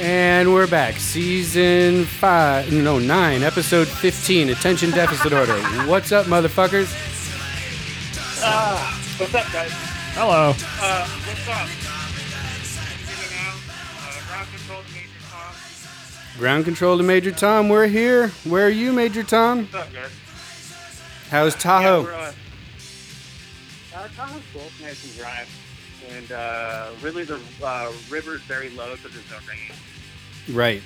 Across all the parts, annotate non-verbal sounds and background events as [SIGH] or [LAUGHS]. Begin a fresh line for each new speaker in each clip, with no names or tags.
And we're back. Season five, no, nine, episode 15, Attention Deficit Order. What's up, motherfuckers?
What's up, guys?
Hello.
Uh, what's up? Here now, uh, ground control to Major Tom.
Ground control to Major Tom. We're here. Where are you, Major Tom?
What's up, guys?
How's
Yeah, we're,
Tahoe?
uh, uh, Tahoe's cool. It's nice and dry. And uh, really, the uh, river's very low, so there's no rain.
Right.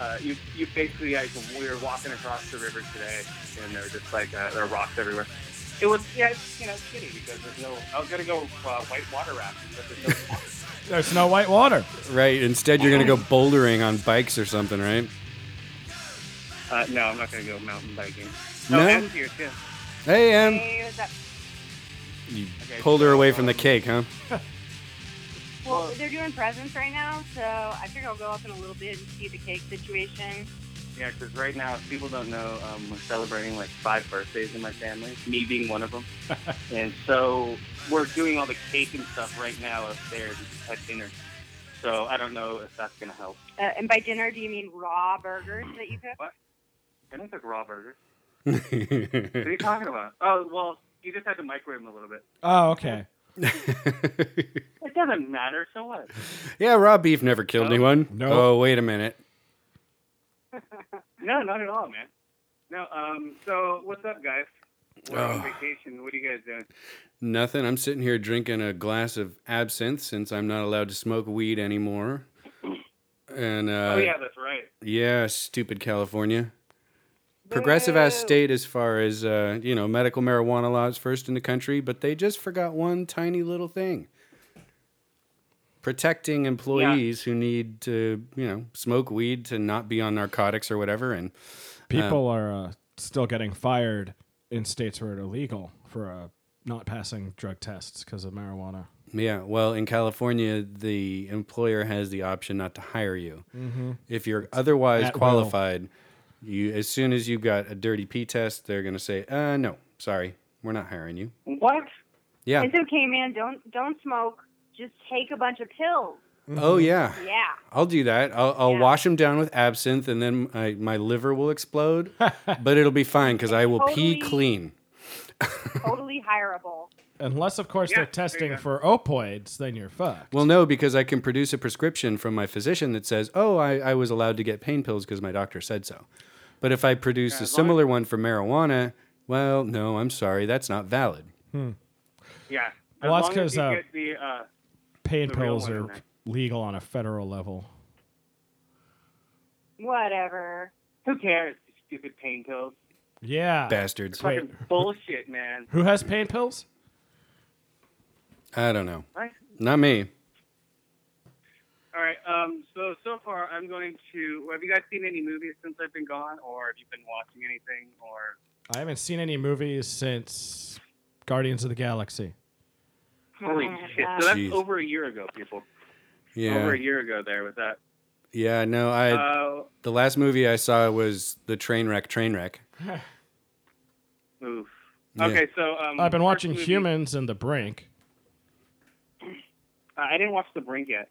Uh, you, you basically, like, we were walking across the river today, and there were just like uh, there were rocks everywhere. It was, yeah, it's, you know, shitty because there's no. I was gonna go uh, white water rafting, but there's no
[LAUGHS]
water.
There's no white water.
Right. Instead, you're going to go bouldering on bikes or something, right?
Uh, no, I'm not gonna go mountain biking.
No?
Oh, Em's here too.
Hey, Em.
Hey, what's up?
You pulled her away from
um,
the cake, huh? [LAUGHS]
Well, they're doing presents right now, so I figure I'll go up in a little bit and see the cake situation.
Yeah, because right now, if people don't know, um, we're celebrating like five birthdays in my family, me being one of them. and so we're doing all the cake and stuff right now upstairs at dinner. So I don't know if that's going to help.
Uh, and by dinner, do you mean raw burgers that you cook?
And I took raw burgers. What are you talking about? Oh, well, you just had to microwave them a little bit.
Oh, okay.
It doesn't matter, so what?
yeah, raw beef never killed
No.
anyone.
No.
Oh, wait a minute.
No, not at all, man. No, um, so what's up, guys? We're on vacation. What are you guys doing?
Nothing. I'm sitting here drinking a glass of absinthe since I'm not allowed to smoke weed anymore. And uh,
oh, yeah, that's right.
yeah, stupid California. Progressive ass state as far as uh, you know, medical marijuana laws first in the country, but they just forgot one tiny little thing: protecting employees who need to, you know, smoke weed to not be on narcotics or whatever. And
People are uh, still getting fired in states where it's illegal for uh, not passing drug tests because of marijuana.
Yeah, well, in California, the employer has the option not to hire you. If you're otherwise
Mm-hmm. At will.
qualified, you as soon as you've got a dirty pee test, they're going to say, "Uh, no, sorry, we're not hiring you."
What?
Yeah.
It's okay, man. Don't don't smoke. Just take a bunch of pills.
Oh
Mm-hmm.
yeah,
Yeah.
I'll do that. I'll, I'll
Yeah.
wash them down with absinthe, and then my, my liver will
[LAUGHS]
explode, but it'll be fine because I will pee
Totally.
clean.
Totally hireable.
Unless, of course,
Yeah,
they're
there you
testing
go.
for opioids, then you're fucked.
Well, no, because I can produce a prescription from my physician that says, oh, I, I was allowed to get pain pills because my doctor said so. But if I produce a
as long
similar one for marijuana, well, no, I'm sorry, that's not valid.
Yeah. As
Well,
long
that's
as
'cause,
you
uh,
get the, uh,
Pain
the real
pills
one,
are
isn't it?
legal on a federal level.
Whatever.
Who cares? Stupid pain pills.
Yeah.
Bastards.
Wait.
Fucking bullshit, man.
Who has pain pills?
I don't know.
Right?
Not me.
All right. Um, so so far, I'm going to. Have you guys seen any movies since I've been gone, or have you been watching anything? Or
I haven't seen any movies since Guardians of the Galaxy.
holy
my
shit!
God.
Oh, So that's
Jeez.
over a year ago, people. Over
Yeah.
a year ago, there with that.
Yeah, no, I
Oh,
the last movie I saw was The Trainwreck Trainwreck.
oof.
Yeah.
Okay, so um,
I've been
first
watching
movie-
Humans and The Brink.
Uh, I didn't watch The Brink yet.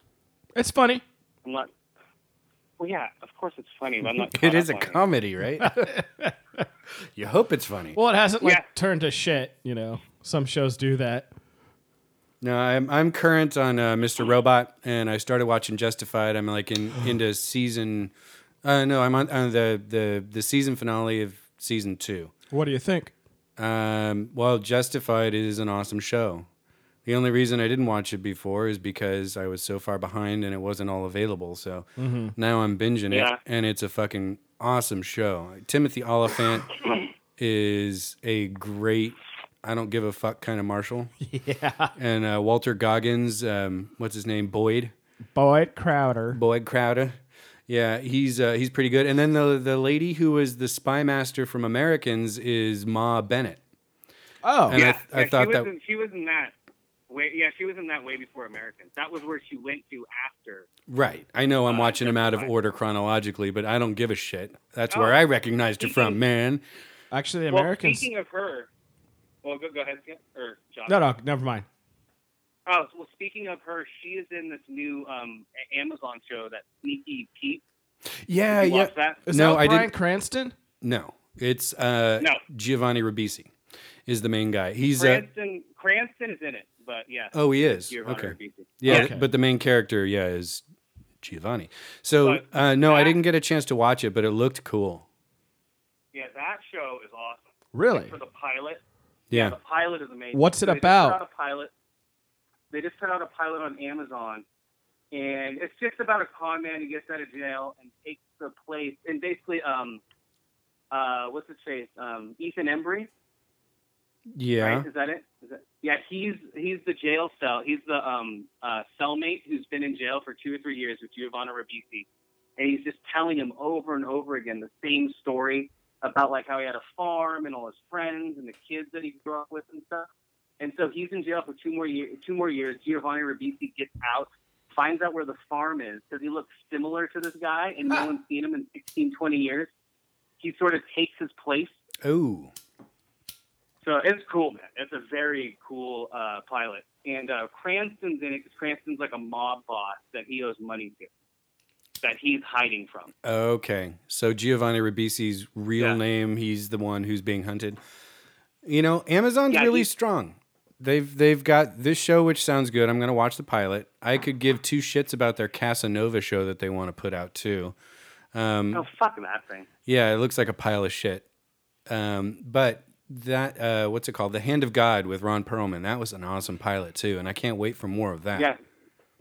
It's funny.
I'm not. Well, yeah, of course it's funny, but I'm
[LAUGHS]
not.
It
caught
is a
up on
comedy, right? [LAUGHS] you hope it's funny.
Well, it hasn't like
Yeah.
turned to shit, you know. Some shows do that.
No, I'm I'm current on uh, Mr. Robot, and I started watching Justified. I'm like in into season. Uh, no, I'm on, on the the the season finale of season two.
What do you think?
Um, well, Justified is an awesome show. The only reason I didn't watch it before is because I was so far behind and it wasn't all available. So now I'm binging
Yeah.
it, and it's a fucking awesome show. Timothy Oliphant is a great. I don't give a fuck kind of marshal
Yeah.
and uh, Walter Goggins, um, what's his name, Boyd,
Boyd Crowder.
Boyd Crowder. Yeah, he's uh, he's pretty good. And then the the lady who was the spy master from Americans is Ma Bennett.
Oh.
And I-
Yeah,
I
yeah,
thought
she was
that-
in, she was in that. Way, yeah, she was in that way before Americans. That was where she went to after.
Right. I know I'm watching him out of order chronologically, but I don't give a shit. That's
Oh.
where I recognized her
[LAUGHS]
from, man.
Actually, the
Well,
Americans.
speaking of her, well, go, go ahead, Skip, or John.
No, no, never mind.
Oh, well, speaking of her, she is in this new um, A- Amazon show that Sneaky Pete
Yeah,
You
yeah.
watch that?
Is
No,
that
I
Brian
didn't-
Cranston?
No, it's uh,
No.
Giovanni Ribisi is the main guy. He's uh,
Cranston, Cranston is in it, but yeah.
oh, he is
Giovanni
okay.
Ribisi.
Yeah,
Okay.
but the main character, yeah, is Giovanni. So
But
uh, no, I
that-
didn't get a chance to watch it, but it looked cool.
Yeah, that show is awesome.
Really?
For the pilot,
Yeah.
the pilot is amazing.
What's
So
it
they just put
about?
out a pilot. They just put out a pilot on Amazon, and it's just about a con man who gets out of jail and takes the place. And basically, um, uh, what's his face? Um, Ethan Embry,
Yeah.
right? Is that it? Is that, yeah, he's he's the jail cell. He's the um uh, cellmate who's been in jail for two or three years with Giovanna Ribisi, and he's just telling him over and over again the same story about like how he had a farm and all his friends and the kids that he grew up with and stuff. And so he's in jail for two more years. Two more years. Giovanni Ribisi gets out, finds out where the farm is because he looks similar to this guy, and no one's seen him in 16, 20 years. He sort of takes his place.
Oh.
So it's cool, man. It's a very cool uh, pilot. And uh, Cranston's in it because Cranston's like a mob boss that he owes money to, that he's hiding from.
Okay. So Giovanni Ribisi's real
Yeah.
name, he's the one who's being hunted. You know, Amazon's
Yeah,
really
he-
strong. They've they've got this show which sounds good. I'm going to watch the pilot. I could give two shits about their Casanova show that they want to put out too. Um,
Oh, fuck that thing.
Yeah, it looks like a pile of shit. Um, but that uh, what's it called? The Hand of God with Ron Perlman. That was an awesome pilot too, and I can't wait for more of that.
Yeah.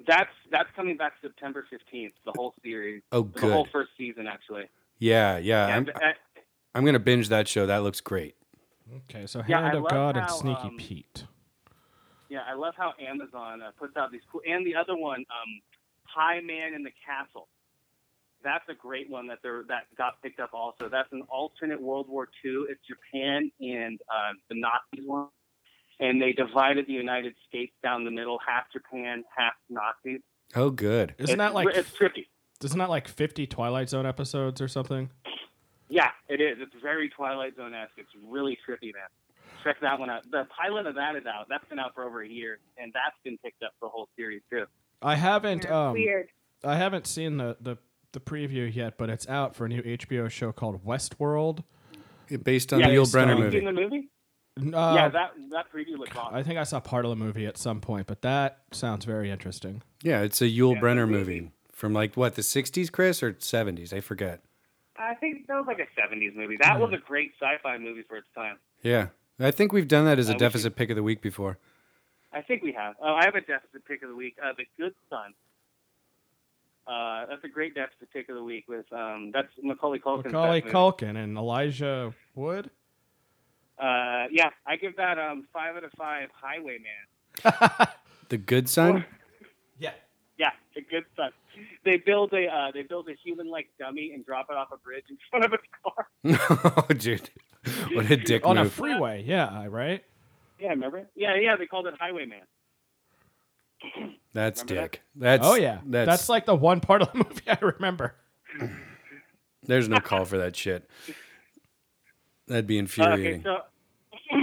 That's that's coming back September 15th, the whole series.
Oh,
the whole
good.
first season, actually.
yeah, yeah.
Yeah,
I'm,
but, uh,
I'm gonna binge that show. That looks great.
Okay, so
Yeah,
Hand
I
of
love
God and
how,
Sneaky
um,
Pete.
yeah, I love how Amazon uh, puts out these cool. And the other one, um, High Man in the Castle. That's a great one that they're, that got picked up also. That's an alternate World War II. It's Japan and uh, the Nazis one, and they divided the United States down the middle, half Japan, half Nazis.
Oh, good.
Isn't
It's-
that like
it's trippy?
isn't that like fifty Twilight Zone episodes or something?
Yeah, it is. It's very Twilight Zone esque. It's really trippy, man. Check that one out. The pilot of that is out. That's been out for over a year, and that's been picked up for the whole series too.
I haven't um
Weird.
I haven't seen the, the the preview yet, but it's out for a new HBO show called Westworld.
Based on
Yeah,
the Yul
based
Brenner
on-
Have you
movie.
seen the movie?
Uh,
yeah, that that preview looked awesome.
I think I saw part of the movie at some point, but that sounds very interesting.
Yeah, it's a Yul
Yeah,
Brenner
the
movie.
movie.
from like what the '60s, Chris, or '70s? I forget.
I think that was like a 70s movie. That
Hmm.
was a great sci-fi movie for its time.
Yeah, I think we've done that as
Uh,
a
we
deficit pick of the week before.
I think we have. Oh, I have a deficit pick of the week. Uh, the Good Son. Uh, that's a great deficit pick of the week with um, that's Macaulay Culkin.
Macaulay Culkin and Elijah Wood.
Uh, yeah, I give that um five out of five. Highwayman.
The Good [LAUGHS] Son.
Yeah.
Yeah, the Good Son. They build a uh, they build a human like dummy and drop it off a bridge in [LAUGHS] front of a car.
oh, dude, what a dick
On a
move.
freeway. Yeah, right?
Yeah, remember? Yeah, yeah. They called it Highwayman.
That's
Remember that?
dick. That's
oh, yeah. That's,
That's,
like the one part of the [LAUGHS] movie I remember.
There's
[LAUGHS]
no call for that shit. That'd be
Uh, okay,
infuriating.
so [CLEARS THROAT]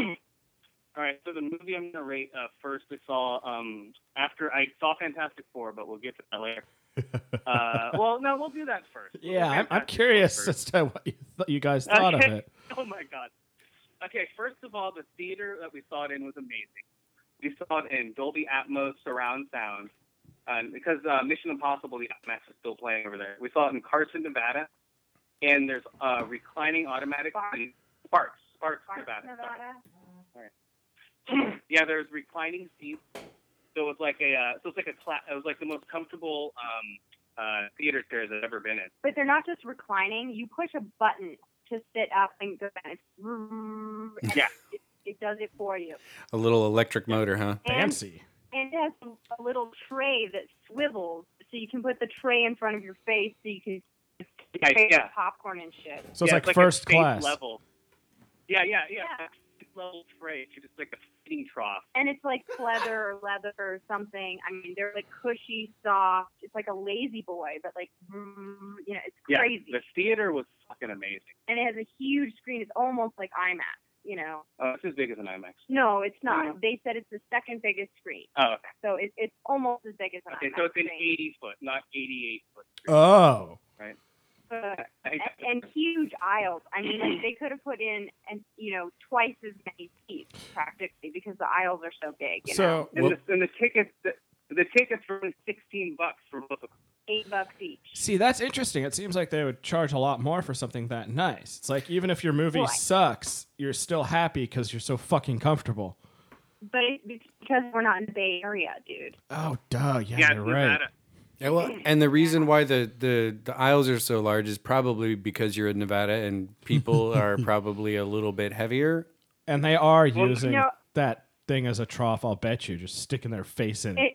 all right, so the movie I'm gonna rate uh, first. I saw um, after I saw Fantastic Four, but we'll get to that later. Uh, well, no, we'll do that first. We'll do
Yeah, I'm, I'm
Fantastic Four
curious
first.
as to what you, th- you guys thought of
Okay.
it.
[LAUGHS] Oh my god. Okay, first of all, the theater that we saw it in was amazing. We saw it in Dolby Atmos surround sound, um, because uh, Mission Impossible the IMAX is still playing over there. We saw it in Carson, Nevada, and there's uh, reclining automatic Sparks, Sparks, Nevada. sorry.
Nevada.
yeah, there's reclining seats. So it was like a uh, so it's like a cla- it was like the most comfortable um, uh, theater chairs I've ever been in.
But they're not just reclining. You push a button to sit up and go down. It's and
Yeah.
It, it does it for you.
a little electric motor, huh?
And,
Fancy.
and it has a little tray that swivels, so you can put the tray in front of your face, so you can
Yeah,
tray
yeah.
popcorn and shit.
So it's
Yeah,
like,
a
first
space
class.
level. Yeah, yeah, yeah.
Yeah.
Space Level tray. It's just like a feeding trough.
And it's like leather or leather or something. I mean, they're like cushy, soft. It's like a lazy boy, but like, vroom, you know, it's
Yeah,
crazy.
the theater was fucking amazing.
and it has a huge screen. It's almost like IMAX, you know.
Oh, it's as big as an IMAX.
No, it's not.
Mhm.
They said it's the second biggest screen,
Oh, okay.
so it, it's almost as big as an
Okay,
IMAX.
so it's an
screen.
80 foot, not 88 foot.
Oh.
Right.
book A- and huge aisles. I mean, like, they could have put in, and you know, twice as many seats practically because the aisles are so big. You know,
So
And,
Well-
the, and the tickets, the, the tickets were only sixteen bucks for both. of them.
eight bucks each.
see, that's interesting. It seems like they would charge a lot more for something that nice. It's like even if your movie
Well, I-
sucks, you're still happy because you're so fucking comfortable.
But it's because we're not in the Bay Area, dude.
Oh, duh. Yeah,
Yeah,
you're
it's
right.
Nevada.
Yeah, well, and the reason why the, the, the aisles are so large is probably because you're in Nevada and
[LAUGHS]
people are probably a little bit heavier.
And they are
Well,
using
you know-
that thing as a trough. I'll bet you, just sticking their face in it.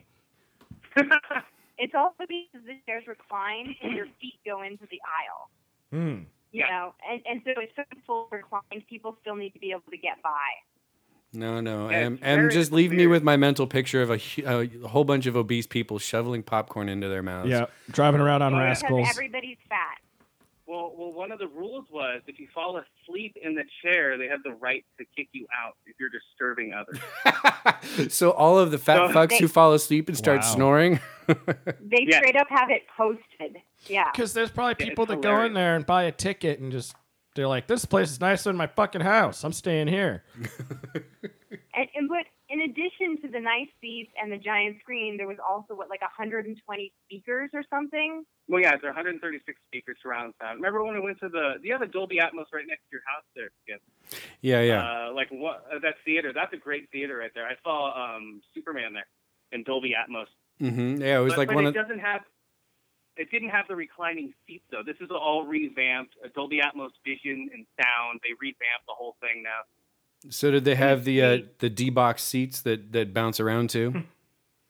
It, it's also because the chairs recline and your feet go into the aisle.
Hmm.
You
Yeah.
know, and, and so it's so full reclined. People still need to be able to get by.
No, no,
Yeah,
and
it's
and
very
just leave me
weird.
with my mental picture of a, hu- a whole bunch of obese people shoveling popcorn into their mouths.
Yeah, driving around on
Because
rascals.
everybody's fat.
Well, well, one of the rules was if you fall asleep in the chair, they have the right to kick you out if you're disturbing
[LAUGHS] [LAUGHS]
others.
so all of the fat
So-
fucks who fall asleep and start
Wow.
snoring. [LAUGHS]
They
Yeah.
straight up have it posted. Yeah.
Because there's probably
Yeah,
people
it's
that go in
hilarious.
there and buy a ticket and just they're like, "This place is nicer than my fucking house. I'm staying here."
And, and but in addition to the nice seats and the giant screen, there was also what like 120 speakers or something.
well, yeah, they're 136 speakers surround sound. Remember when we went to the the other Dolby Atmos right next to your house there? Skip?
yeah, yeah.
Uh, like what uh, that theater? That's a great theater right there. I saw um, Superman there in Dolby Atmos.
hmm Yeah, it was
but,
like
but
one
it
of
doesn't have. It didn't have the reclining seats though. This is all revamped. uh, Dolby Atmos vision and sound. They revamped the whole thing now.
So did they have the uh, the D box seats that that bounce around
[LAUGHS]
too?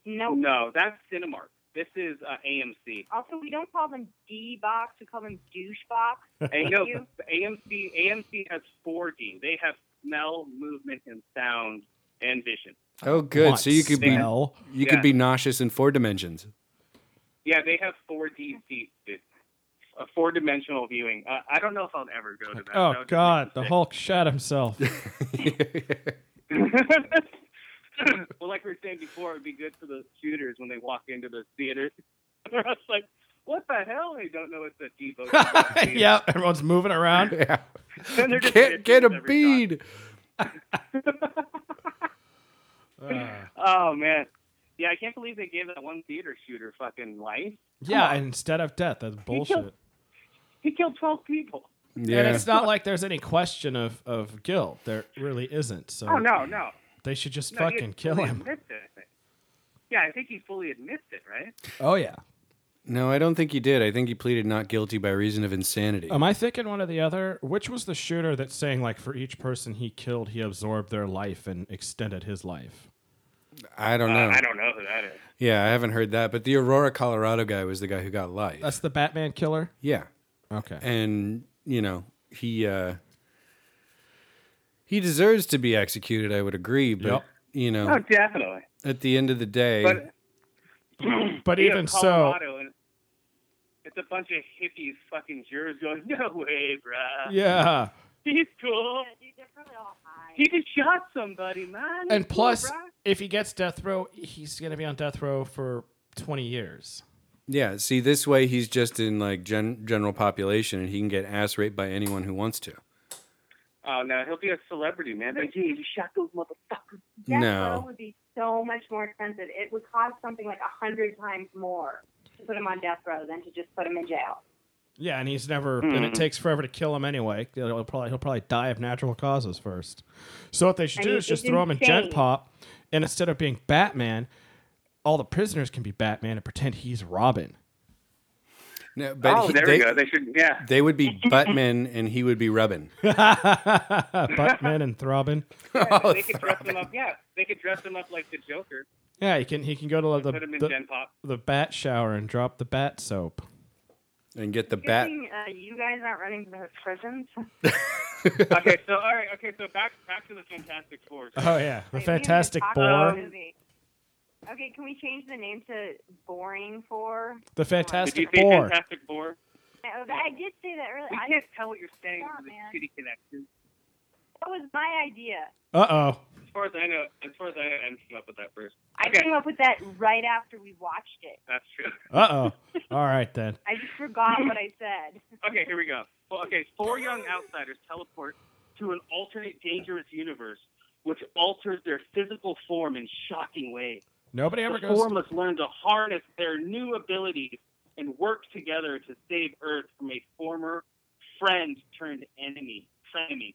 No.
No, that's Cinemark. This is uh, AMC.
Also, we don't call them D box; we call them douche box.
Hey, no,
you.
the AMC AMC has 4D. They have smell, movement, and sound and vision.
Oh, good. So you
Once.
could be you
Well,
could
Yeah.
be nauseous in four
[LAUGHS]
dimensions. [LAUGHS]
Yeah, they have 4D seats. It's a four-dimensional viewing. Uh, I don't know if I'll ever go to that. That would
Oh
just
God,
make
the
me
Hulk shot himself.
[LAUGHS]
[LAUGHS]
sick. [LAUGHS] well, like we were saying before, it would be good for the shooters when they walk into the theater. [LAUGHS] They're just like, what the hell? They don't know it's a D
[LAUGHS]
book.
yeah, everyone's moving around.
yeah.
And [LAUGHS] they're just
Can't get a
every shot.
bead.
Uh,
Oh man. Yeah, I can't believe they gave that one theater shooter fucking life.
yeah, instead of death, that's bullshit.
He killed 12 people.
And
Yeah.
it's not like there's any question of, of guilt. There really isn't. So
Oh no, no.
they should just
No, he
fucking
had [LAUGHS]
kill
fully
him.
admits it, I think. Yeah, I think he fully admits it, right?
Oh yeah.
No, I don't think he did. I think he pleaded not guilty by reason of insanity.
Am I thinking one or the other? Which was the shooter that's saying like for each person he killed, he absorbed their life and extended his life?
I don't know.
Uh, I don't know who that is.
yeah, I haven't heard that. But the Aurora, Colorado guy was the guy who got life.
That's the Batman killer.
yeah.
Okay.
and you know he uh he deserves to be executed i would agree but
Yep.
you know
Oh, definitely.
at the end of the day
But
But
Yeah,
even so,
Colorado, and it's a bunch of hippies fucking jurors going, "No way, bruh.
yeah.
He's cool.
Yeah, dude, they're probably all high.
He just shot somebody, man." He's
And
cool,
plus,
bruh."
if he gets death row, he's gonna be on death row for twenty years.
yeah see this way he's just in like gen- general population and he can get ass raped by anyone who wants to
Oh no, he'll be a celebrity, man. Like, yeah, you shot those motherfuckers.
Death
no.
row would be so much more expensive. It would cost something like a hundred times more to put him on death row than to just put him in jail.
Yeah, and he's never. And it
Hmm.
takes forever to kill him anyway. He'll probably he'll probably die of natural causes first. So what they should
I
do
mean,
is just
it's
throw him in Gen
insane.
Pop, and instead of being Batman, all the prisoners can be Batman and pretend he's Robin. [LAUGHS]
no but
oh,
he-
there
they,
we go. They should,
[LAUGHS]
yeah.
they would
[LAUGHS]
be buttmen and he would be rubbing
Batman and Throbbing.
Oh,
they could dress him up. Yeah, they could dress him up like the Joker.
Yeah, he can he can go to the
put him in
the,
Gen
[LAUGHS]
Pop.
the bat shower and drop the bat soap.
and get the
Good
bat
thing, uh, you guys aren't running for prisons.
okay, so all right. Okay, so back back to the Fantastic Four.
Oh yeah, the
Wait, we haven't
Fantastic
talked about the
Four.
Um,
movie. Okay, can we change the name to Boring Four?
The
Did you
Fantastic
say
Four.
Fantastic Four?
I I did say that earlier.
We
I
can't tell what you're saying
Come on,
for the
man.
shitty connection.
That was my idea.
Uh oh.
As far as I know, as far as I know, Em came up with that first.
I
Okay.
came up with that right after we watched it.
That's true.
Uh oh. All right then.
I just forgot what I said.
Okay, here we go. Well, okay, four young outsiders teleport to an alternate dangerous universe, which alters their physical form in shocking ways.
Nobody ever
The
goes.
four must learn to harness their new abilities and work together to save Earth from a former friend turned enemy. Frenemy.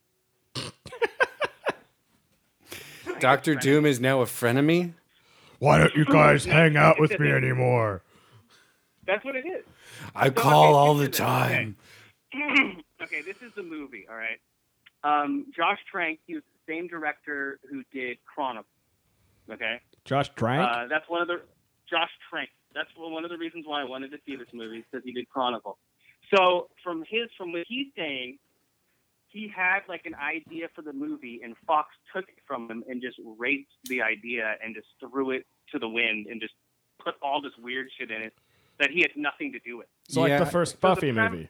Doctor Doom is now a frenemy.
Why don't Uh, you guys hang out
with me
anymore?
That's what it is.
I
okay,
call all
you
the
do this. Okay.
time.
[LAUGHS] okay, this is the movie, all right. Um, Josh Trank, he was the same director who did Chronicle. Okay?
Josh drank.
Uh, that's one of the Josh Trank. That's one of the reasons why I wanted to see this movie because he did Chronicle. So from his from what he's saying, he had like an idea for the movie, and Fox took it from him and just raped the idea and just threw it to the wind and just put all this weird shit in it that he had nothing to do with.
so like
yeah.
the first
the
Buffy
prem-
movie.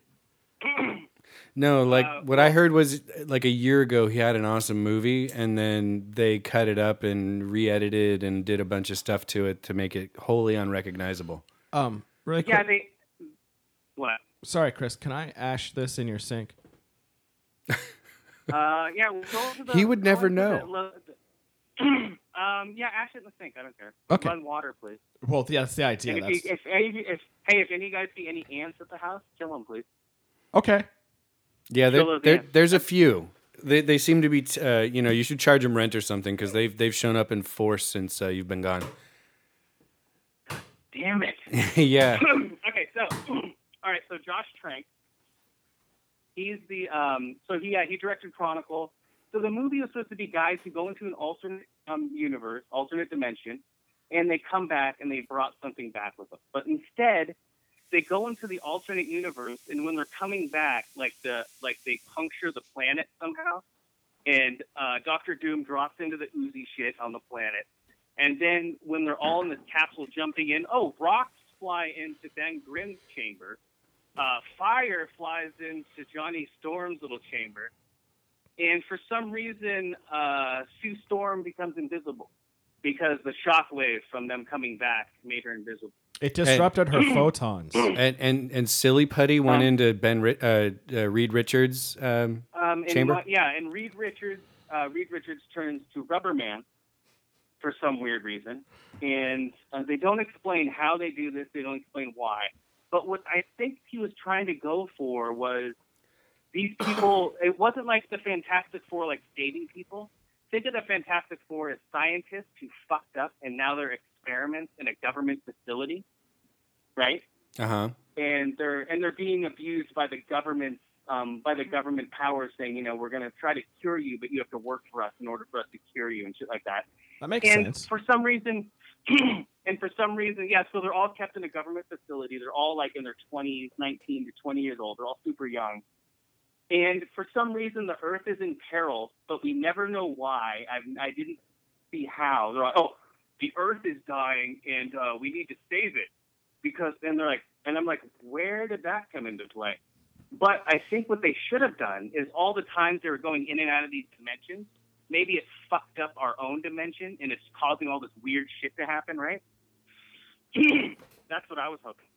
No, like
Uh,
what I heard was like a year ago he had an awesome movie and then they cut it up and re-edited and did a bunch of stuff to it to make it wholly unrecognizable.
Um, really
Yeah, they. What?
Sorry, Chris. Can I ash this in your sink?
[LAUGHS] Uh, yeah. Well, go to the,
He would
go
never
into
know.
the lo- [CLEARS THROAT] um, yeah, ash it in the sink. I don't care.
Okay.
Run water, please.
Well, yeah, that's the idea.
And if, you, if, any, if hey, if any guys see any ants at the house, kill them, please.
okay.
Yeah, there,
Still those
there-
ants.
there's a few. They, they seem to be, t- uh, you know, you should charge them rent or something because they've they've shown up in force since uh, you've been gone. [LAUGHS]
Damn it.
yeah,
[CLEARS THROAT] okay, so all right, so Josh Trank, he's the um, so he yeah, he directed Chronicle. So the movie was supposed to be guys who go into an alternate um, universe, alternate dimension, and they come back and they brought something back with them. But instead, they go into the alternate universe, and when they're coming back, like the like they puncture the planet somehow, and uh, Doctor Doom drops into the oozy shit on the planet. And then when they're all in this capsule jumping in, oh, rocks fly into Ben Grimm's chamber. Uh, fire flies into Johnny Storm's little chamber. And for some reason, uh, Sue Storm becomes invisible because the shockwave from them coming back made her invisible.
It disrupted
[CLEARS THROAT]
her photons.
and and and silly putty went
Um,
into Ben Ri- uh, uh, Reed Richards. Um,
Um, and
Chamber?
one- yeah, and Reed Richards. Uh, Reed Richards turns to Rubberman for some weird reason, and uh, they don't explain how they do this. They don't explain why. But what I think he was trying to go for was these people. it wasn't like the Fantastic Four, like dating people. Think of the Fantastic Four as scientists who fucked up, and now they're experiments in a government facility, right?
uh huh.
and they're and they're being abused by the government um, by the government power saying you know we're going to try to cure you but you have to work for us in order for us to cure you and shit like that
That makes
and
sense.
for some reason [CLEARS THROAT] and for some reason yeah so they're all kept in a government facility they're all like in their 20s 19 to 20 years old they're all super young and for some reason the earth is in peril but we never know why i, I didn't see how they're like oh the earth is dying and uh, we need to save it because then they're like and i'm like where did that come into play but i think what they should have done is all the times they were going in and out of these dimensions maybe it's fucked up our own dimension and it's causing all this weird shit to happen, right? [CLEARS THROAT] That's what I was hoping.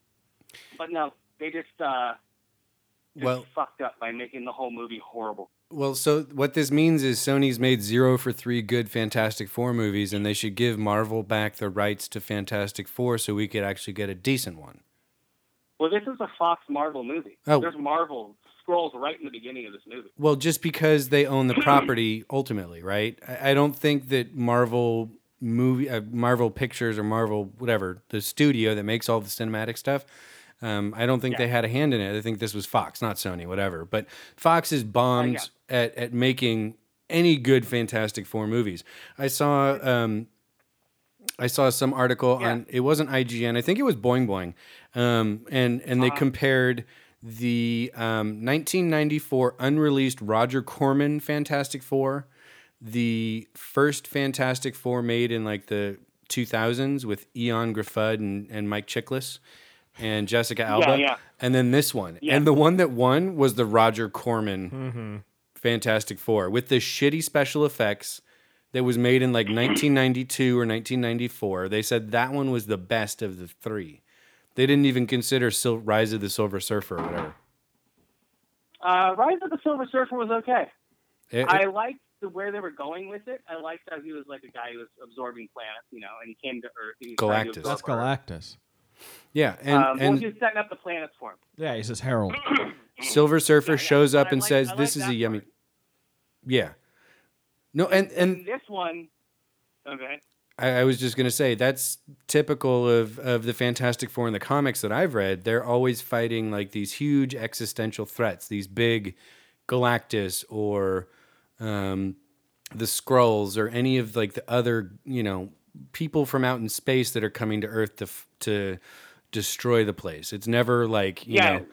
But no, they just uh just
Well-
fucked up by making the whole movie horrible.
Well, so what this means is Sony's made zero for three good Fantastic Four movies, and they should give Marvel back the rights to Fantastic Four so we could actually get a decent one.
Well, this is a Fox Marvel movie.
Oh.
There's Marvel scrolls right in the beginning of this movie.
Well, just because they own the property ultimately, right? I, I don't think that Marvel movie, uh, Marvel Pictures, or Marvel whatever the studio that makes all the cinematic stuff. Um, I don't think they had a hand in it. I think this was Fox, not Sony, whatever. But Fox is bombed at at making any good Fantastic Four movies. I saw um, I saw some article on it wasn't IGN. I think it was Boing Boing, um, and and they
Uh-huh.
compared the um, 1994 unreleased Roger Corman Fantastic Four, the first Fantastic Four made in like the 2000s with Eon Griffud and, and Mike Chiklis and Jessica Alba,
yeah.
and then this one,
Yeah. Mm-hmm.
and the one that won was the Roger Corman Fantastic Four with the shitty special effects that was made in like 1992 or 1994. They said that one was the best of the three. They didn't even consider Sil- Rise of the Silver Surfer or whatever.
Uh, Rise of the Silver Surfer was okay.
It- [LAUGHS]
I liked the, where they were going with it. I liked how he was like a guy who was absorbing planets, you know, and he came to Earth. And he was trying to
Galactus.
absorb
That's
Earth.
That's Galactus.
yeah, and,
Um, well,
and
he was setting up the planets for him.
Yeah, he's
[CLEARS THROAT]
his herald.
Silver Surfer
Yeah, yeah,
shows
but
up
I
and
like-
says,
I like
"This is
that
a yummy."
part.
Yeah. No, and and
And this one, okay,
I, I was just gonna say that's typical of of the Fantastic Four in the comics that I've read. They're always fighting like these huge existential threats, these big Galactus or um, the Skrulls or any of like the other you know people from out in space that are coming to Earth to f- to destroy the place. It's never like you
Yeah.
know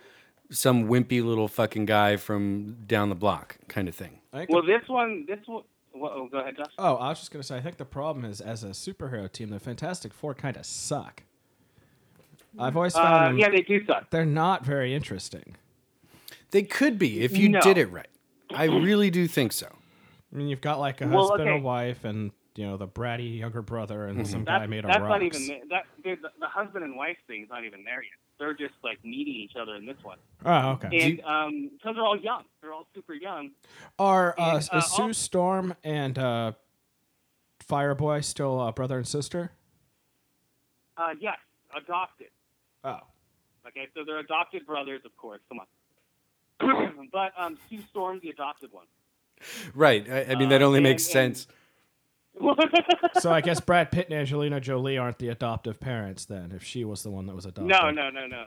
some wimpy little fucking guy from down the block kind of thing.
I think
well, this one, this one. Well, oh, go ahead, Josh.
Oh, I was just gonna say. I think the problem is, as a superhero team, the Fantastic Four kind of suck. I've always found
Uh,
them,
yeah, they do suck.
they're not very interesting.
They could be if you
No.
did it right. I really do think so.
I mean, you've got like a
Well,
husband,
okay.
and a wife, and you know the bratty younger brother, and some
That's,
guy made a
that's
rocks.
not even the- that. Dude, the, the husband and wife thing's not even there yet. They're just like meeting each other in this one,
Oh, okay.
and um, because they're all young, they're all super young.
Are uh,
And, uh,
Sue
al-
Storm and uh, Fireboy still uh, brother and sister?
Uh, yes, adopted.
Oh,
Okay, so they're adopted brothers, of course. Come on. [CLEARS THROAT] but um, Sue Storm's the adopted one.
Right. I, I mean, that
Uh,
only
and-
makes
and-
sense.
so I guess Brad Pitt and Angelina Jolie aren't the adoptive parents then, if she was the one that was adopted.
[LAUGHS] no, no, no, no.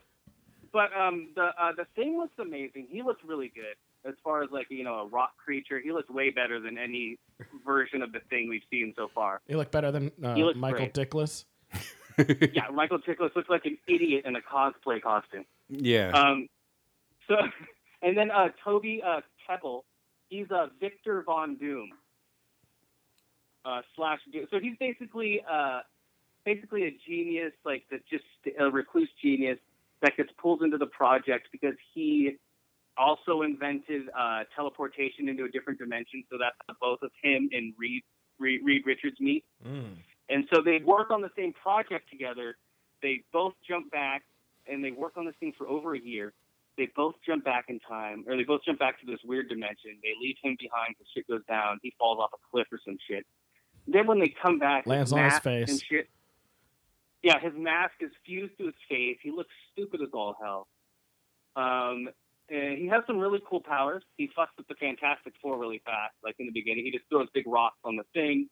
But um, the uh, the thing looks amazing. He looks really good as far as like you know a rock creature. He looks way better than any version of the thing we've seen so far.
He looked better than uh,
He looked
Michael
great.
Dickless.
Yeah, Michael Chiklis looks like an idiot in a cosplay costume.
Yeah.
Um, so, [LAUGHS] and then uh, Toby uh, Keppel, he's uh, Victor Von Doom uh, slash Doom. So he's basically uh, basically a genius, like that just a recluse genius that gets pulled into the project because he also invented uh, teleportation into a different dimension. So that's how both of him and Reed Reed, Reed Richards meet.
Mm.
And so they work on the same project together. They both jump back and they work on this thing for over a year. They both jump back in time, or they both jump back to this weird dimension. They leave him behind. The shit goes down. He falls off a cliff or some shit. Then when they come back,
Lands
his
on his
mask
face.
And shit. Yeah, his mask is fused to his face. He looks stupid as all hell. Um, and he has some really cool powers. He fucks with the Fantastic Four really fast. Like in the beginning, he just throws big rocks on the thing.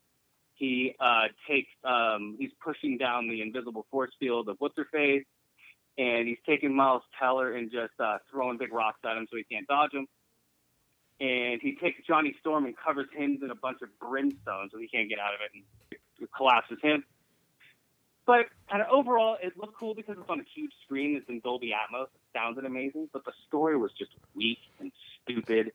He uh, takes, um, he's pushing down the invisible force field of what's her face, and he's taking Miles Teller and just uh, throwing big rocks at him so he can't dodge them. And he takes Johnny Storm and covers him in a bunch of brimstone so he can't get out of it and collapses him. But kind of overall, it looked cool because it's on a huge screen. It's in Dolby Atmos. It sounded amazing, but the story was just weak and stupid.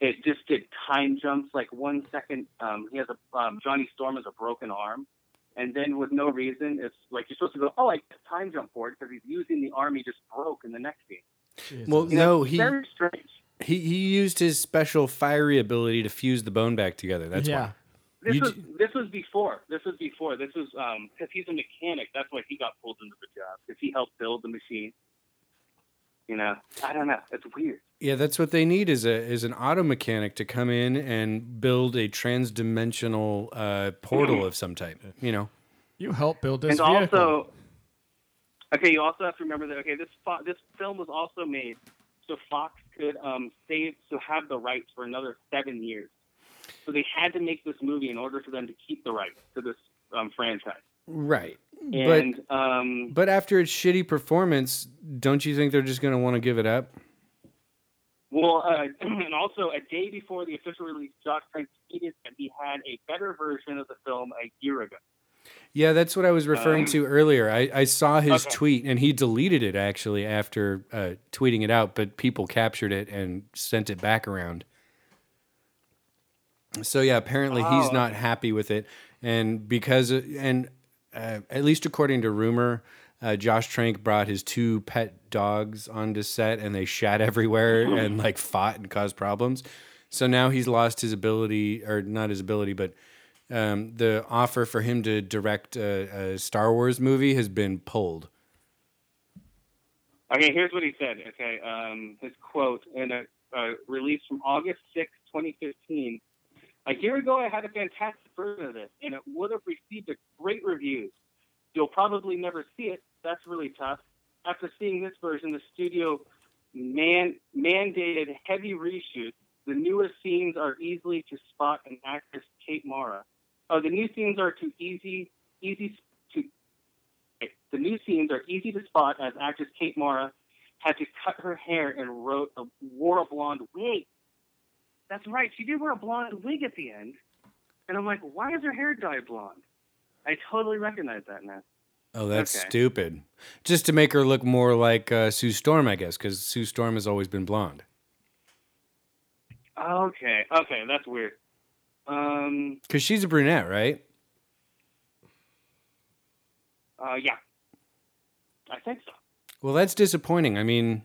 It just did time jumps. Like one second, um, he has a um, Johnny Storm has a broken arm, and then with no reason, it's like you're supposed to go, oh, I time jump forward because he's using the arm he just broke in the next scene.
well,
You know,
no, he,
very strange.
he he used his special fiery ability to fuse the bone back together. That's
yeah.
why.
This
You
was
j-
this was before. This was before. This was um because he's a mechanic. That's why he got pulled into the job because he helped build the machine. You know, I don't know. It's weird.
Yeah, that's what they need is a is an auto mechanic to come in and build a transdimensional uh, portal of some type. You know,
You helped build
and
this vehicle.
also, okay, you also have to remember that okay, this fo- this film was also made so Fox could um save so have the rights for another seven years. So they had to make this movie in order for them to keep the rights to this um, franchise.
right?
And um,
But but after its shitty performance, don't you think they're just going to want to give it up?
Well, uh, [CLEARS THROAT] and also a day before the official release, Josh Trank tweeted that he had a better version of the film a year ago.
Yeah, that's what I was referring
Um,
to earlier. I, I saw his
okay.
tweet and he deleted it actually after uh, tweeting it out, but people captured it and sent it back around. So yeah, apparently
Oh,
he's
okay.
not happy with it, and because and uh, at least according to rumor, uh, Josh Trank brought his two [LAUGHS]
Hmm.
pet dogs onto set and they shat everywhere and like fought and caused problems. So now he's lost his ability, or not his ability, but um, the offer for him to direct a, a Star Wars movie has been pulled.
Okay, here's what he said. Okay, um, his quote in a, a release from August 6, 2015. A year ago, I had a fantastic version of this, and it would have received a great review. You'll probably never see it. That's really tough. After seeing this version, the studio man- mandated heavy reshoots. The newer scenes are easily to spot an actress Kate Mara. Oh, the new scenes are too easy, easy to the new scenes are easy to spot as actress Kate Mara had to cut her hair and wrote a, wore a blonde wig. That's right, she did wear a blonde wig at the end. And I'm like, why is her hair dyed blonde? I totally recognize that now.
Oh, that's
Okay.
stupid. Just to make her look more like uh, Sue Storm, I guess, because Sue Storm has always been blonde.
Okay, okay, that's weird. Um,
Because she's a brunette, right?
uh, yeah, I think so.
Well, that's disappointing. I mean,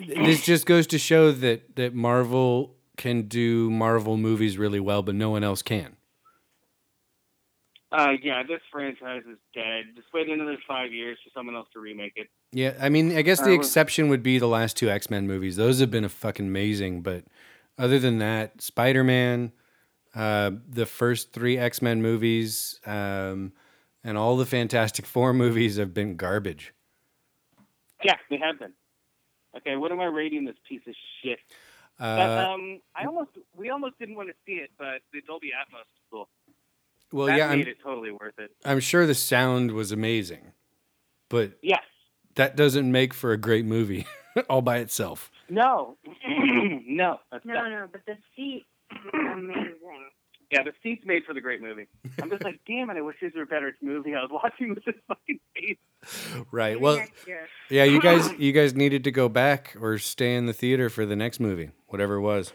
this just goes to show that that Marvel can do Marvel movies really well, but no one else can.
Uh, yeah, this franchise is dead. Just wait another five years for someone else to remake it.
Yeah, I mean, I guess the
Uh,
exception would be the last two X Men movies. Those have been a fucking amazing, but other than that, Spider Man, uh, the first three X Men movies, um, and all the Fantastic Four [LAUGHS] movies have been garbage.
Yeah, they have been. Okay, what am I rating this piece of shit?
Uh,
um, I almost we almost didn't want to see it, but the Dolby Atmos is cool.
well,
that
yeah,
made
I'm,
it totally worth it.
I'm sure the sound was amazing, but
Yes.
that doesn't make for a great movie [LAUGHS] all by itself.
No. [CLEARS THROAT] no. That's
[LAUGHS] No,
bad.
no, but the seat amazing.
Yeah, the seat's made for the great movie. I'm just like, damn it! I wish this were a better movie. I was watching with this fucking face.
Right.
Maybe
Well,
next year.
yeah, you guys you guys needed to go back or stay in the theater for the next movie, whatever it was.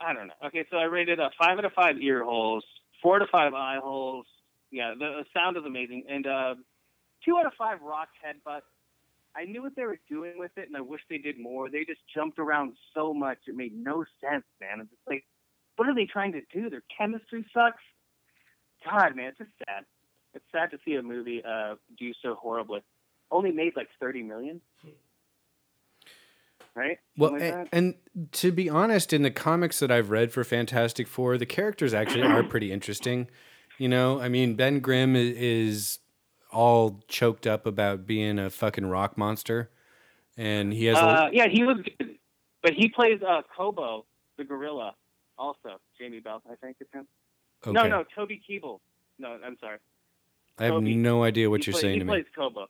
I don't know. Okay, so I rated a five out of five ear holes, four out of five eye holes. Yeah, the, the sound is amazing, and uh, two out of five rock headbutt. I knew what they were doing with it, and I wish they did more. They just jumped around so much; it made no sense, man. I'm just like, what are they trying to do? Their chemistry sucks. God, man, it's just sad. It's sad to see a movie uh, do so horribly. Only made like thirty million, right?
Well, eh,
Something like that.
and, and to be honest, in the comics that I've read for Fantastic Four, the characters actually are pretty interesting. You know, I mean, Ben Grimm i- is all choked up about being a fucking rock monster, and he has a,
Uh, yeah, he was good. But he plays uh, Kobo, the gorilla, also. Jamie Bell, I think it's him.
okay.
No, no, Toby Keeble. No, I'm sorry.
I have
Toby.
no idea what
he
you're
play-
saying
he
to me.
plays
[LAUGHS]
Kobo.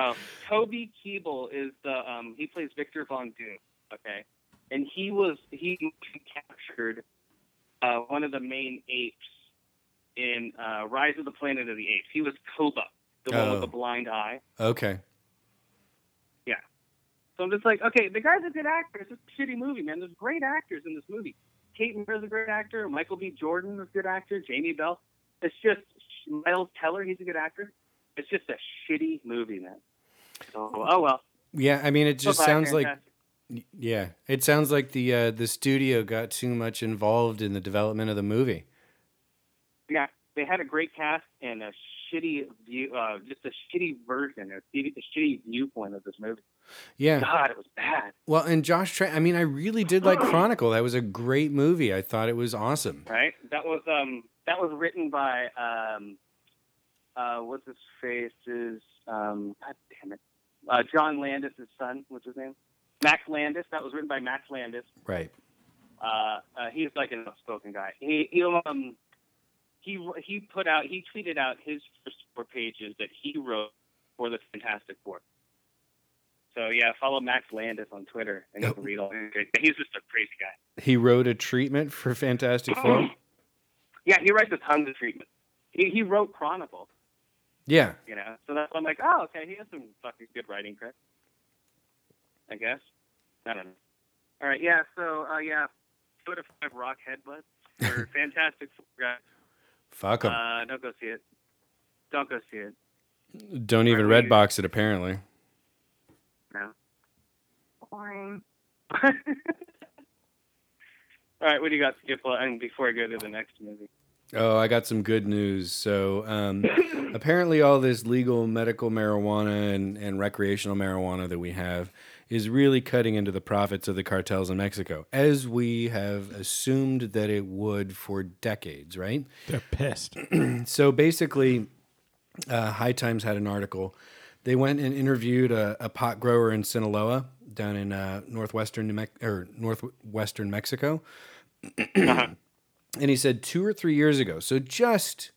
Oh, Toby Keeble is the um, he plays Victor Von Doom. Okay, and he was he captured uh, one of the main apes in uh, Rise of the Planet of the Apes. He was Koba, the one
Oh.
with the blind eye.
Okay.
So I'm just like, okay, the guy's a good actor. It's a shitty movie, man. There's great actors in this movie. Kate Moore's a great actor. Michael B. Jordan is a good actor. Jamie Bell. It's just Miles Teller. He's a good actor. It's just a shitty movie, man. So, oh well.
Yeah, I mean, it just
Bye-bye,
sounds like
fantastic.
Yeah, it sounds like the uh, the studio got too much involved in the development of the movie.
yeah, they had a great cast and a shitty view, uh, just a shitty version, a shitty, a shitty viewpoint of this movie.
Yeah,
God, it was bad,
well, and Josh Trank. I mean, I really did like Chronicle. That was a great movie. I thought it was awesome.
right? That was um, that was written by um, uh, what's his face is um, God damn it, uh, John Landis' son. What's his name? Max Landis. That was written by Max Landis.
Right.
uh, uh, he's like an outspoken guy. He, he um he he put out he tweeted out his first four pages that he wrote for the Fantastic Four. So yeah, follow Max Landis on Twitter and you can read all. his great- He's just a crazy guy.
He wrote a treatment for Fantastic Four.
Yeah, he writes a ton of treatment. He he wrote Chronicle,
Yeah,
you know. So that's why I'm like, oh okay, he has some fucking good writing credit. I guess. I don't know. All right, yeah. So uh, yeah, two out of five rock headbutts
[LAUGHS]
for Fantastic Four guys.
fuck him.
Uh, don't go see it. Don't go see it.
Don't even
right.
red box it. Apparently.
No.
Boring.
All right, what do you got, Skipla? And before I go to the next movie,
Oh, I got some good news. So um, apparently, all this legal medical marijuana and, and recreational marijuana that we have is really cutting into the profits of the cartels in Mexico, as we have assumed that it would for decades, right?
They're pissed.
so basically, uh, High Times had an article. They went and interviewed a, a pot grower in Sinaloa, down in uh, northwestern New Mex- or northwestern Mexico, and he said two or three years ago, so just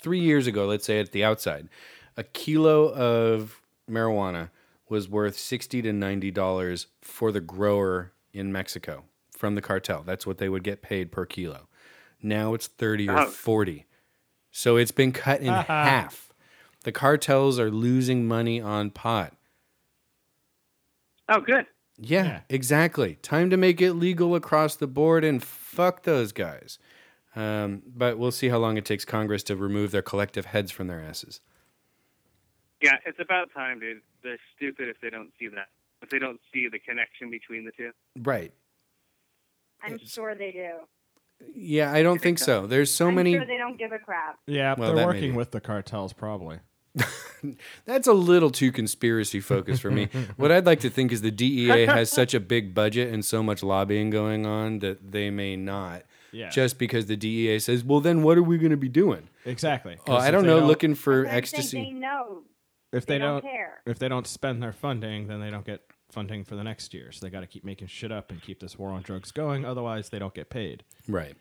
three years ago, let's say at the outside, a kilo of marijuana was worth sixty to ninety dollars for the grower in Mexico from the cartel. That's what they would get paid per kilo. Now it's thirty or
Ouch.
forty. So it's been cut
[LAUGHS]
in half. The cartels are losing money on pot.
oh, good.
Yeah,
Yeah.
exactly. Time to make it legal across the board and fuck those guys. Um, but we'll see how long it takes Congress to remove their collective heads from their asses.
Yeah, it's about time, dude. They're stupid if they don't see that. If they don't see the connection between the two.
Right.
I'm sure they do.
Yeah, I don't think so. There's so
I'm
many.
sure they don't give a crap.
Yeah,
Well, that
they're
may
working
be.
with the cartels probably.
That's a little too conspiracy focused for
[LAUGHS]
me. what I'd like to think is the DEA has such a big budget and so much lobbying going on that they may not.
Yeah,
Just because the DEA says, well, then what are we going to be doing?
exactly.
Oh,
'Cause
I
if
don't
they
know. Looking for
But I think They
ecstasy.
know.
if
They,
they,
don't,
don't,
care.
if they don't spend their funding, then they don't get funding for the next year. So they got to keep making shit up and keep this war on drugs going. Otherwise, they don't get paid.
Right.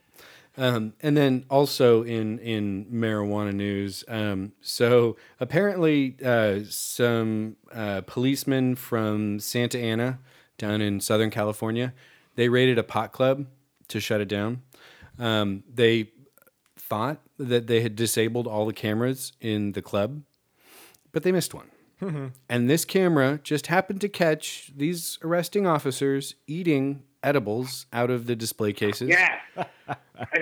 Um, and then also in in marijuana news, um, so apparently uh, some uh, policemen from Santa Ana down in Southern California, they raided a pot club to shut it down. Um, they thought that they had disabled all the cameras in the club, but they missed one. And this camera just happened to catch these arresting officers eating edibles out of the display cases
Yeah, [LAUGHS] I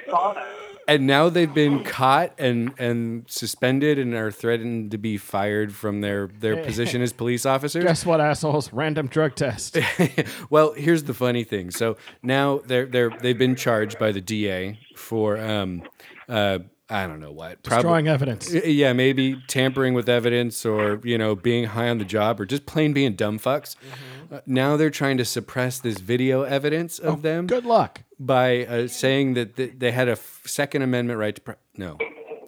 saw that.
and now they've been caught and and suspended and are threatened to be fired from their their position as police officers.
Guess what, assholes? Random drug test.
[LAUGHS] well, here's the funny thing. So now they're they're they've been charged by the DA for um uh I don't know what [LAUGHS] probably.
Destroying evidence.
Yeah, maybe tampering with evidence or, you know, being high on the job or just plain being dumb fucks. Uh, now they're trying to suppress this video evidence of them
Good luck.
by uh, saying that th- they had a f- Second Amendment right to pri- no,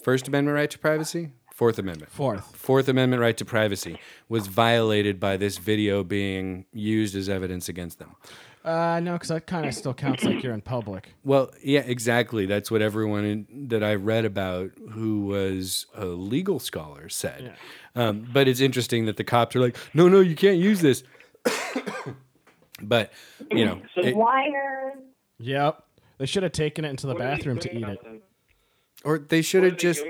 First Amendment right to privacy, Fourth Amendment,
Fourth.
Fourth Amendment right to privacy was violated by this video being used as evidence against them.
Uh, no, because that kind of still counts like you're in public.
Well, yeah, exactly. That's what everyone in, that I read about who was a legal scholar said. Um, but it's interesting that the cops are like, no, no, you can't use this. [COUGHS] but you know, it-
Wires.
Yep. They should have taken it into the bathroom to eat it.
or they should have just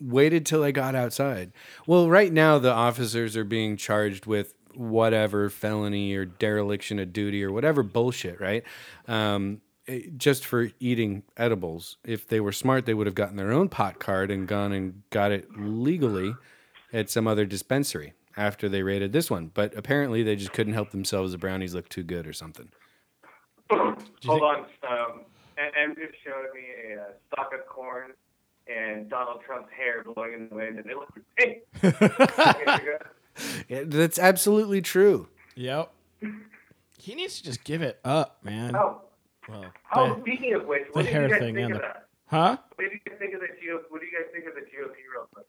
waited till I got outside. Well, right now the officers are being charged with whatever felony or dereliction of duty or whatever bullshit, right? Um, it- just for eating edibles. If they were smart, they would have gotten their own pot card and gone and got it legally at some other dispensary after they raided this one. But apparently they just couldn't help themselves. The brownies looked too good or something.
Hold on. Um, and and just showed me a uh, stalk of corn and Donald Trump's hair blowing in the wind, and it looked [LAUGHS] hey.
[LAUGHS]
Yeah, that's absolutely true.
Yep. He needs to just give it up, man.
oh,
Well,
oh,
the-
speaking of which,
the
what did
hair
you guys
thing
think
and
of
the-
that?
huh?
What did you guys think of the GOP? What do you guys think of the GOP real quick?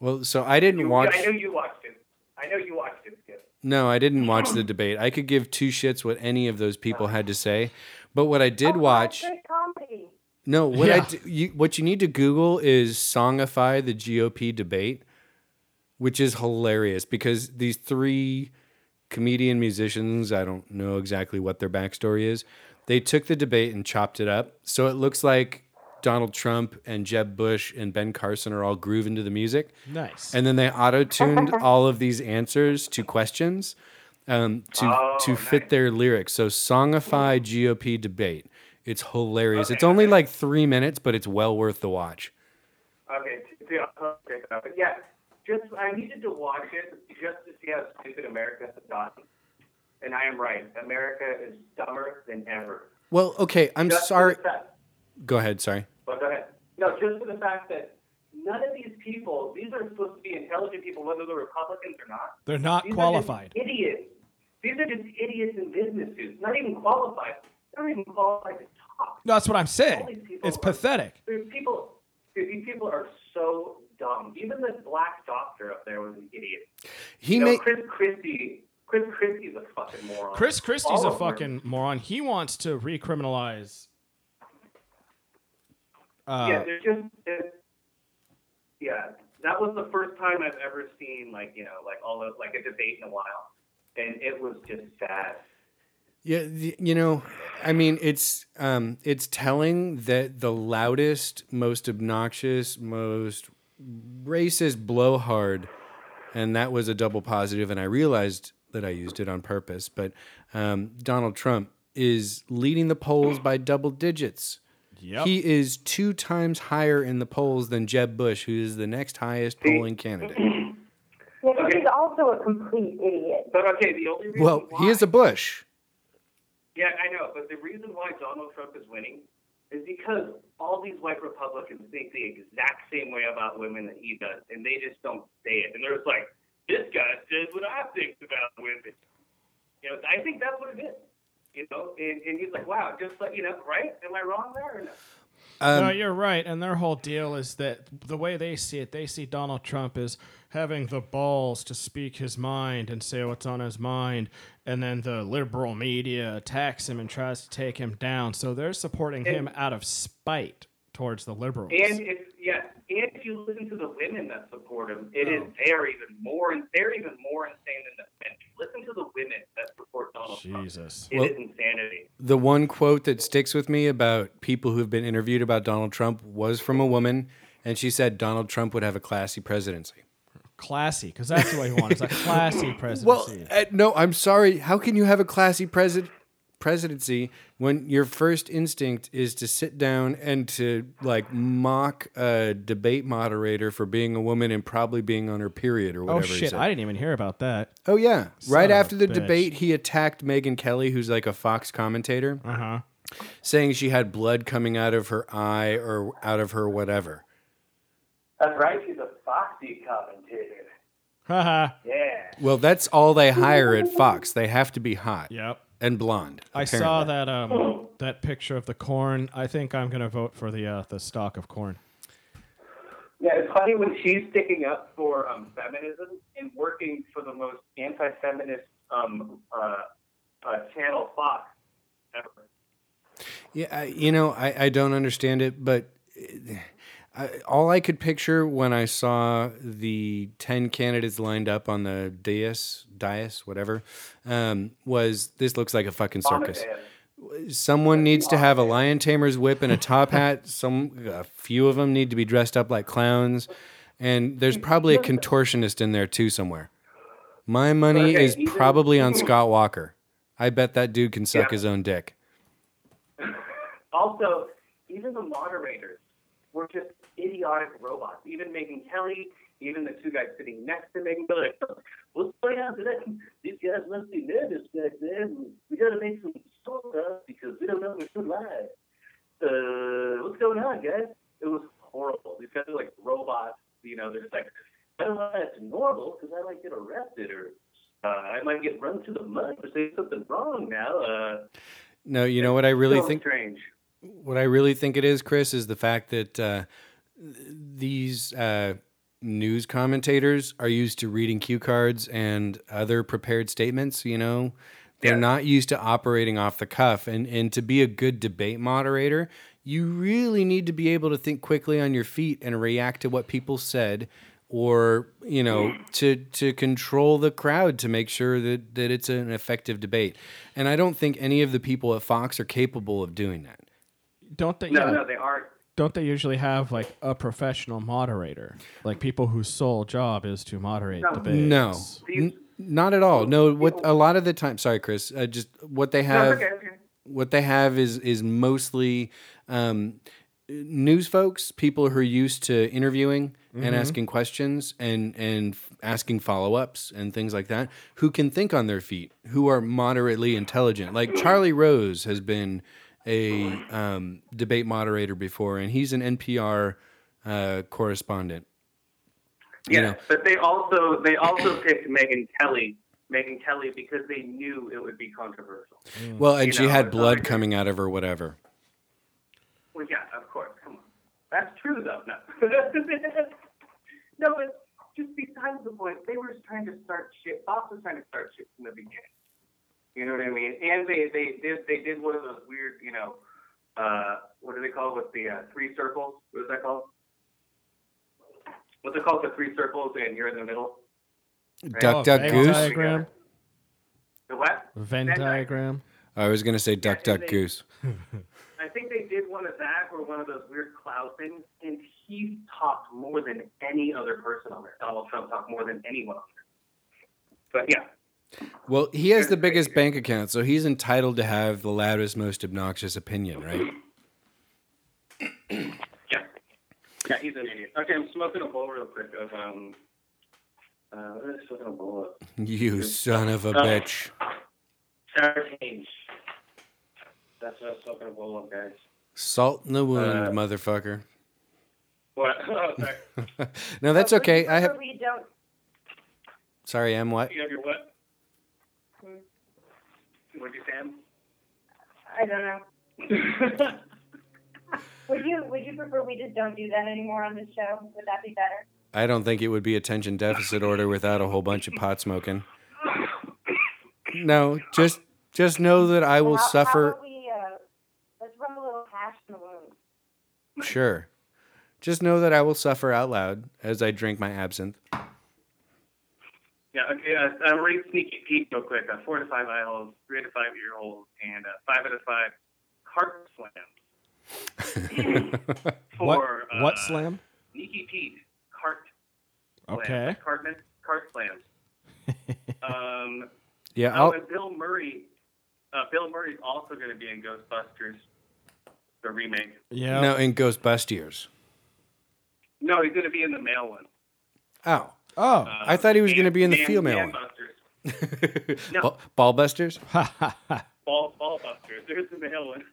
Well, so I didn't
You-
watch.
I know you watched it. I know you watched it. Skip.
No, I didn't watch the debate. I could give two shits what any of those people had to say, but what I
Oh,
did watch,
Good comedy.
no, what I
Yeah.
d- you, what you need to Google is "songify the GOP debate," which is hilarious because these three comedian musicians, I don't know exactly what their backstory is, they took the debate and chopped it up, so it looks like Donald Trump and Jeb Bush and Ben Carson are all grooving to the music.
Nice.
And then they auto
[LAUGHS]
tuned all of these answers to questions um, to
Oh,
to fit
nice.
their lyrics. So songify GOP debate. It's hilarious. It's only like three minutes, but it's well worth the watch.
Okay, t- t- I'll check it out. But yeah, just I needed to watch it just to see how stupid America has gotten. And I am right. America is dumber than ever.
Well, okay. I'm
Just for
sorry.
the fact-
Go ahead. Sorry.
But go ahead. No, just for the fact that none of these people, these are supposed to be intelligent people, whether they're Republicans or not.
They're not
These
qualified.
Are just idiots. These are just idiots in business suits. Not even qualified. They're not even qualified to talk.
No, that's what I'm
All these
saying.
people
It's
are-
pathetic.
Dude, people, dude, these people are so dumb. Even the black doctor up there was an idiot.
He
You know,
may.
Chris Christie. Chris Christie's a fucking moron.
Chris Christie's
All
a
of them.
fucking moron. He wants to recriminalize. Uh,
yeah, they're just. they're- yeah, that was the first time I've ever seen like you know like all of, like a debate in a while, and it was just sad.
Yeah, the- you know, I mean, it's um, it's telling that the loudest, most obnoxious, most racist blowhard, and that was a double positive, and I realized that I used it on purpose. But um, Donald Trump is leading the polls by double digits.
Yep.
He is two times higher in the polls than Jeb Bush, who is the next highest polling candidate.
Yeah,
Okay.
he's also a complete idiot.
But okay, the only reason
Well,
why,
he is a Bush.
yeah, I know, but the reason why Donald Trump is winning is because all these white Republicans think the exact same way about women that he does, and they just don't say it. And they're just like, this guy says what I think about women. You know, I think that's what it is. You know, and, and he's like, wow, just like you know, right? Am I wrong there or no?
Um,
no, you're right. And their whole deal is that the way they see it, they see Donald Trump as having the balls to speak his mind and say what's on his mind. And then the liberal media attacks him and tries to take him down. So they're supporting him out of spite towards the liberals.
And if yeah, and if you listen to the women that support him, it is they're even more they're even more insane than the men. Listen to the women that support Donald Trump.
Jesus.
It is
Well-
insanity.
the one quote that sticks with me about people who've been interviewed about Donald Trump was from a woman, and she said Donald Trump would have a classy presidency.
Classy, because that's what he wants. A classy presidency.
Well, uh, no, I'm sorry. How can you have a classy presid- presidency when your first instinct is to sit down and to like mock a debate moderator for being a woman and probably being on her period or
oh,
whatever? he
shit.
said?
I didn't even hear about that.
oh yeah. right
of a
after the
bitch.
debate, he attacked Megan Kelly, who's like a Fox commentator.
Uh huh.
saying she had blood coming out of her eye or out of her whatever.
That's right. She's a foxy commentator.
Haha.
Yeah.
Well, that's all they hire at Fox. They have to be hot
Yep.
and blonde.
I saw
apparently.
that um that picture of the corn. I think I'm gonna vote for the uh, the stock of corn.
Yeah, it's funny when she's sticking up for um, feminism and working for the most anti-feminist um, uh, uh, channel Fox ever.
Yeah, I, you know, I, I don't understand it, but I, all I could picture when I saw the 10 candidates lined up on the dais, dais, whatever, um, was this looks like a fucking circus.
Commentator.
Someone needs to have a lion tamer's whip and a top
[LAUGHS]
hat. Some, a few of them need to be dressed up like clowns, and there's probably a contortionist in there too somewhere. My money
Okay,
is
either-
probably on Scott Walker. I bet that dude can suck
Yeah.
his own dick.
Also, even the moderators were just idiotic robots. Even Megan Kelly, even the two guys sitting next to Megan Kelly, [LAUGHS] like, what's going on today? These guys must be nervous back there. We gotta make some sort up because we don't know if we're live. Uh, what's going on, guys? It was horrible. These guys are like robots. You know, they're just like, I don't know if that's normal because I might get arrested or uh, I might get run through the mud for saying something wrong now. Uh,
No, you know what I really
so
think.
strange.
What I really think it is, Chris, is the fact that uh, these uh, news commentators are used to reading cue cards and other prepared statements. You know, they're
Yeah.
not used to operating off the cuff. And and to be a good debate moderator, you really need to be able to think quickly on your feet and react to what people said. Or you know to to control the crowd to make sure that that it's an effective debate, and I don't think any of the people at Fox are capable of doing that.
Don't they?
No,
yeah,
no, they aren't.
Don't they usually have like a professional moderator, like people whose sole job is to moderate debates?
No, n- not at all. No, what a lot of the time. Sorry, Chris. Uh, just what they
No,
have,
it's okay, it's okay.
what they have is is mostly um, news folks, people who are used to interviewing
Mm-hmm.
and asking questions and and f- asking follow ups and things like that, who can think on their feet, who are moderately intelligent. Like Charlie Rose has been a um, debate moderator before, and he's an NPR uh, correspondent.
Yeah,
You know.
but they also they also picked Megan Kelly, Megan Kelly, because they knew it would be controversial.
Well, and
Mm. You
she
know,
had
it's
blood
like-
coming out of her, whatever.
Well, yeah, of course. Come on, that's true though. No, [LAUGHS] no, it's just besides the point. They were just trying to start shit. Fox was trying to start shit from the beginning. You know what I mean? And they they did they did one of those weird, you know, uh, what do they call it with the uh, three circles? What is that called? What's it called? The three circles, and you're in the middle.
Duck,
Oh,
duck,
Venn
goose.
Diagram.
The what? Venn
Venn
diagram.
diagram.
I was gonna say duck,
Yeah,
duck,
and they-
goose.
I think they did one of that or one of those weird cloud things, and he talked more than any other person on there. Donald Trump talked more than anyone on there. But yeah,
Well, he has the biggest bank account, so he's entitled to have the loudest, most obnoxious opinion, right? [LAUGHS]
yeah, yeah, he's an idiot. Okay, I'm smoking a bowl real quick of um. Uh, what is smoking a bowl of?
You son of a
Oh.
bitch.
Sour Cane. That's what I'm smoking a bowl of, guys.
Salt in the wound,
Uh.
motherfucker. [LAUGHS]
[LAUGHS]
What? Oh, sorry.
no, that's okay. I have.
We don't.
Sorry, Em. What?
You have your what? What'd you say? Em?
I don't know. [LAUGHS] Would you Would you prefer we just don't do that anymore on the show? Would that be better?
I don't think it would be attention deficit order without a whole bunch of pot smoking. No, just just know that I will
How- how
suffer.
about we, uh, let's rub a little hash in the wound.
Sure. Just know that I will suffer out loud as I drink my absinthe. [LAUGHS]
Yeah, okay. Uh, I'm reading Sneaky Pete real quick. Uh, four to five eye holes, three to five ear holes, and uh, five out of five heart slams for
What,
uh,
what slam?
Sneaky Pete cart slam,
Okay.
like Cartman cart
[LAUGHS]
slams. um,
yeah,
oh,
I'll,
and Bill Murray. Uh, Bill Murray's also going to be in Ghostbusters, the remake.
Yeah.
no, in Ghostbusters.
No, he's going to be in the male one.
Oh,
Oh.
Uh,
I thought he was
Dan-
going to be in the
Dan-
female
Dan
one.
Busters. [LAUGHS]
[LAUGHS]
No.
Ba- Ballbusters?
Ha, ha, ha.
Ball, ball busters. There's the male
[LAUGHS]
one.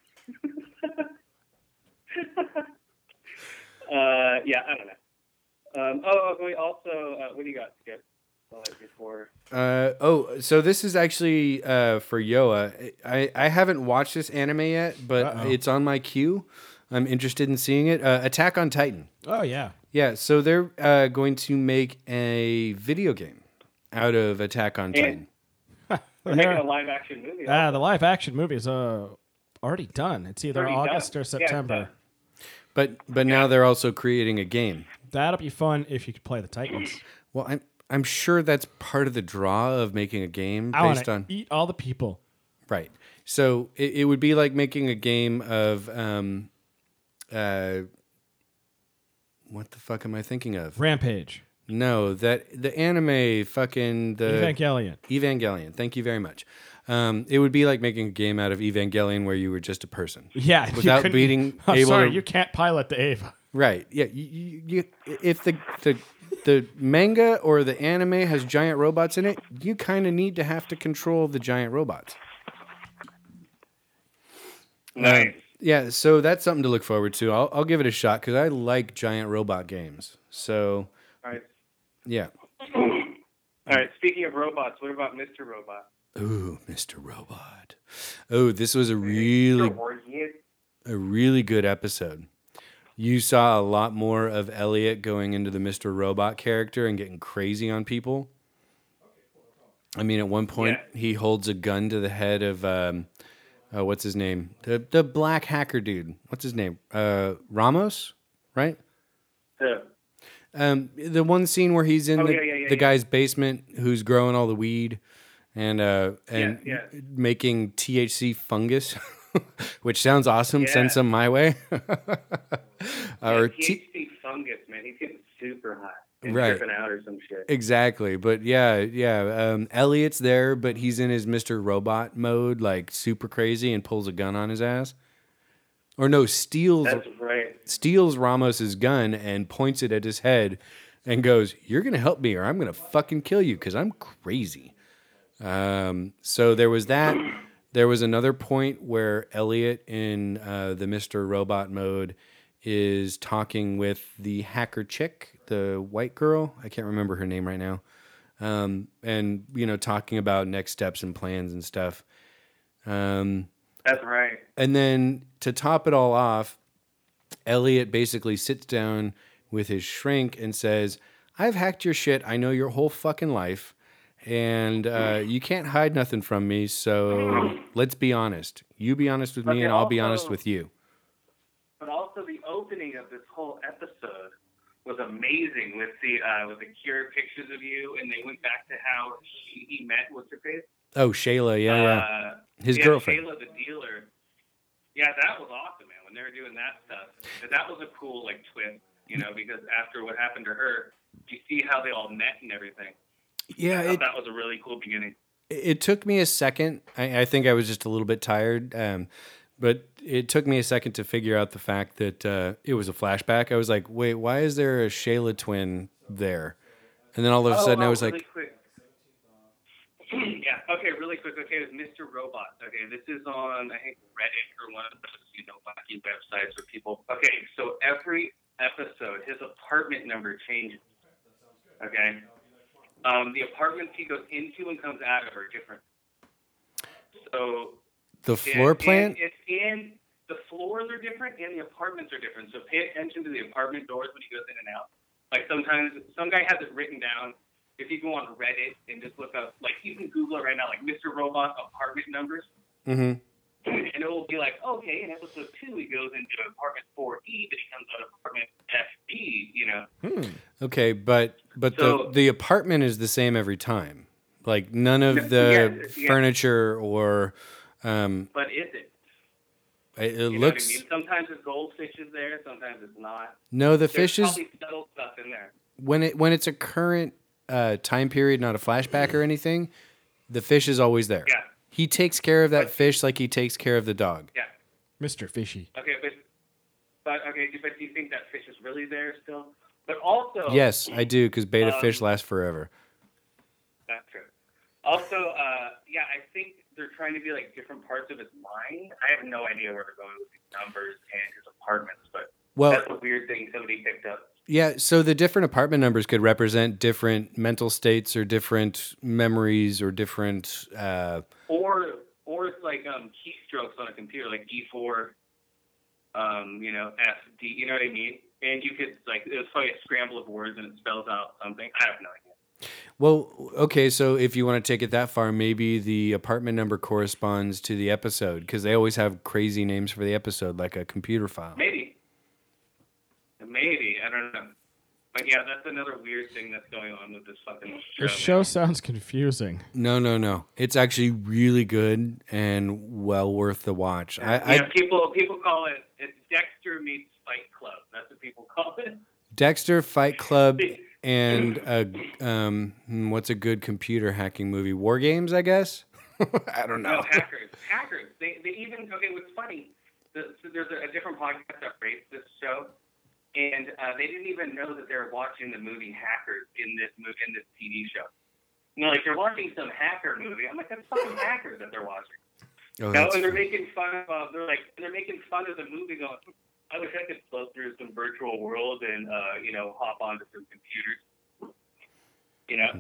uh, yeah, I don't know. Um, oh, oh, we also, uh, what do you got, Skip? Well, like before.
Uh, oh, so this is actually uh, for Yoa. I, I haven't watched this anime yet, but
Uh-oh.
it's on my queue. I'm interested in seeing it. Uh, Attack on Titan.
oh yeah.
Yeah, so they're uh, going to make a video game out of Attack on
Yeah.
Titan.
They're making a live action movie.
Uh,
Ah, the live action movie is uh, already done. It's either
Already
August
done. Yeah,
or
it's
September.
done.
But but now they're also creating a game.
That'll be fun if you could play
[CLEARS THROAT]
the Titans.
Well, I'm I'm sure that's part of the draw of making a game
I want
based
to
on
eat all the people.
right. So it, it would be like making a game of um, uh, what the fuck am I thinking of?
Rampage,
No, that the anime fucking the
Evangelion.
Evangelion. Thank you very much. Um, it would be like making a game out of Evangelion where you were just a person.
Yeah, you
Without
couldn't-
being
[LAUGHS] I'm
able
sorry,
to-
you can't pilot the Ava.
Right. Yeah. You, you, you, if the, the the manga or the anime has giant robots in it, you kind of need to have to control the giant robots.
Nice.
Um, Yeah. So that's something to look forward to. I'll, I'll give it a shot because I like giant robot games. So
All right.
yeah.
All right. Speaking of robots, what about Mr. Robot?
Ooh, Mr. Robot. Oh, this was a really a really good episode. You saw a lot more of Elliot going into the Mr. Robot character and getting crazy on people. I mean, at one point, he holds a gun to the head of um, uh, what's his name? The, the black hacker dude. What's his name? Uh, Ramos, right?
The,
Um, the one scene where he's in
Oh,
the,
yeah, yeah, yeah,
the
yeah.
guy's basement who's growing all the weed and uh, and
Yeah,
making THC fungus, [LAUGHS] which sounds awesome. Send
Yeah.
some my
[LAUGHS]
way. or t-
THC fungus, man. He's getting super hot. And
Right.
tripping out or some shit.
exactly, but yeah, yeah. Um, Elliot's there, but he's in his Mister Robot mode, like super crazy, and pulls a gun on his ass. Or no, steals
That's right.
steals Ramos's gun and points it at his head and goes, "You're going to help me or I'm going to fucking kill you cuz I'm crazy." Um so there was that There was another point where Elliot in uh, the Mr. Robot mode is talking with the hacker chick, the white girl. I can't remember her name right now. Um, and, you know, talking about next steps and plans and stuff. Um,
That's right.
and then to top it all off, Elliot basically sits down with his shrink and says, I've hacked your shit. I know your whole fucking life. And uh, you can't hide nothing from me. So let's be honest. You be honest with me,
Okay,
and I'll be honest
also-
with you.
But also the opening of this whole episode was amazing with the uh, with the Cure pictures of you, and they went back to how he, he met what's her face,
Oh, Shayla. Yeah. yeah.
uh,
His
yeah,
girlfriend.
Shayla the dealer. Yeah, that was awesome, man. When they were doing that stuff, But that was a cool like twist, you know, because after what happened to her, you see how they all met and everything.
Yeah.
I thought
It,
that was a really cool beginning.
it took me a second. I, I think I was just a little bit tired. Um, but it took me a second to figure out the fact that uh, it was a flashback. I was like, wait, why is there a Shayla twin there? And then all of a sudden,
oh,
I was
really
like,
quick. [CLEARS THROAT] yeah. Okay, really quick. Okay, it was Mr. Robot. Okay, this is on I think Reddit or one of those you know wacky websites where people. Okay, so every episode, his apartment number changes. Okay, um, the apartments he goes into and comes out of are different. So
the
yeah,
floor
and
plan.
It's and the floors are different and the apartments are different. So pay attention to the apartment doors when he goes in and out. Like sometimes some guy has it written down. If you go on Reddit and just look up, like you can Google it right now, like Mr. Robot apartment numbers,
hmm
and it will be like, okay, in episode two he goes into apartment 4E, but he comes out of apartment FB, you know.
Okay, but but
So-
the the apartment is the same every time. Like none
No,
of the
yes, yes.
furniture or um,
But is it?
it, it
You know what
looks.
I mean? Sometimes it's goldfish is there, sometimes it's not.
No, the
There's
fish is
probably subtle stuff in there.
when it when it's a current uh, time period, not a flashback or anything. The fish is always there.
Yeah.
He takes care of that fish like he takes care of the dog.
Yeah.
Mr. Fishy.
Okay, but but okay, but do you think that fish is really there still? But also
Yes, I do because beta
Oh. Um,
fish lasts forever.
That's true. Also, uh, yeah, I think they're trying to be like different parts of his mind. I have no idea where they're going with these numbers and his apartments, but
Well,
that's a weird thing somebody picked up.
Yeah, so the different apartment numbers could represent different mental states or different memories or different. Uh,
Or or it's like um, keystrokes on a computer, like E four, um, you know, F D. You know what I mean? And you could like it was probably a scramble of words and it spells out something. I have no idea.
well, okay, so if you want to take it that far, maybe the apartment number corresponds to the episode because they always have crazy names for the episode, like a computer file.
Maybe. Maybe. I don't know. But yeah, that's another weird thing that's going on with this fucking show.
This show
man.
sounds confusing.
No, no, no. It's actually really good and well worth the watch. I,
yeah,
I
people people call it it's Dexter meets Fight Club. That's what people call it.
Dexter, Fight Club, and a, um, hmm, what's a good computer hacking movie? War Games, I guess. [LAUGHS] I don't know.
No, hackers. Hackers. They they even okay, what's funny. The, so there's a, a different podcast that rates this show. And uh, they didn't even know that they were watching the movie Hackers in this movie, in this TV show. You know, like they're watching some hacker movie. I'm like, that's fucking hackers that they're watching.
Oh,
No,
that's
and they're
funny.
making fun of. Uh, they're like they're making fun of the movie. Going, I wish I could float through some virtual world and uh, you know hop onto some computers. You know,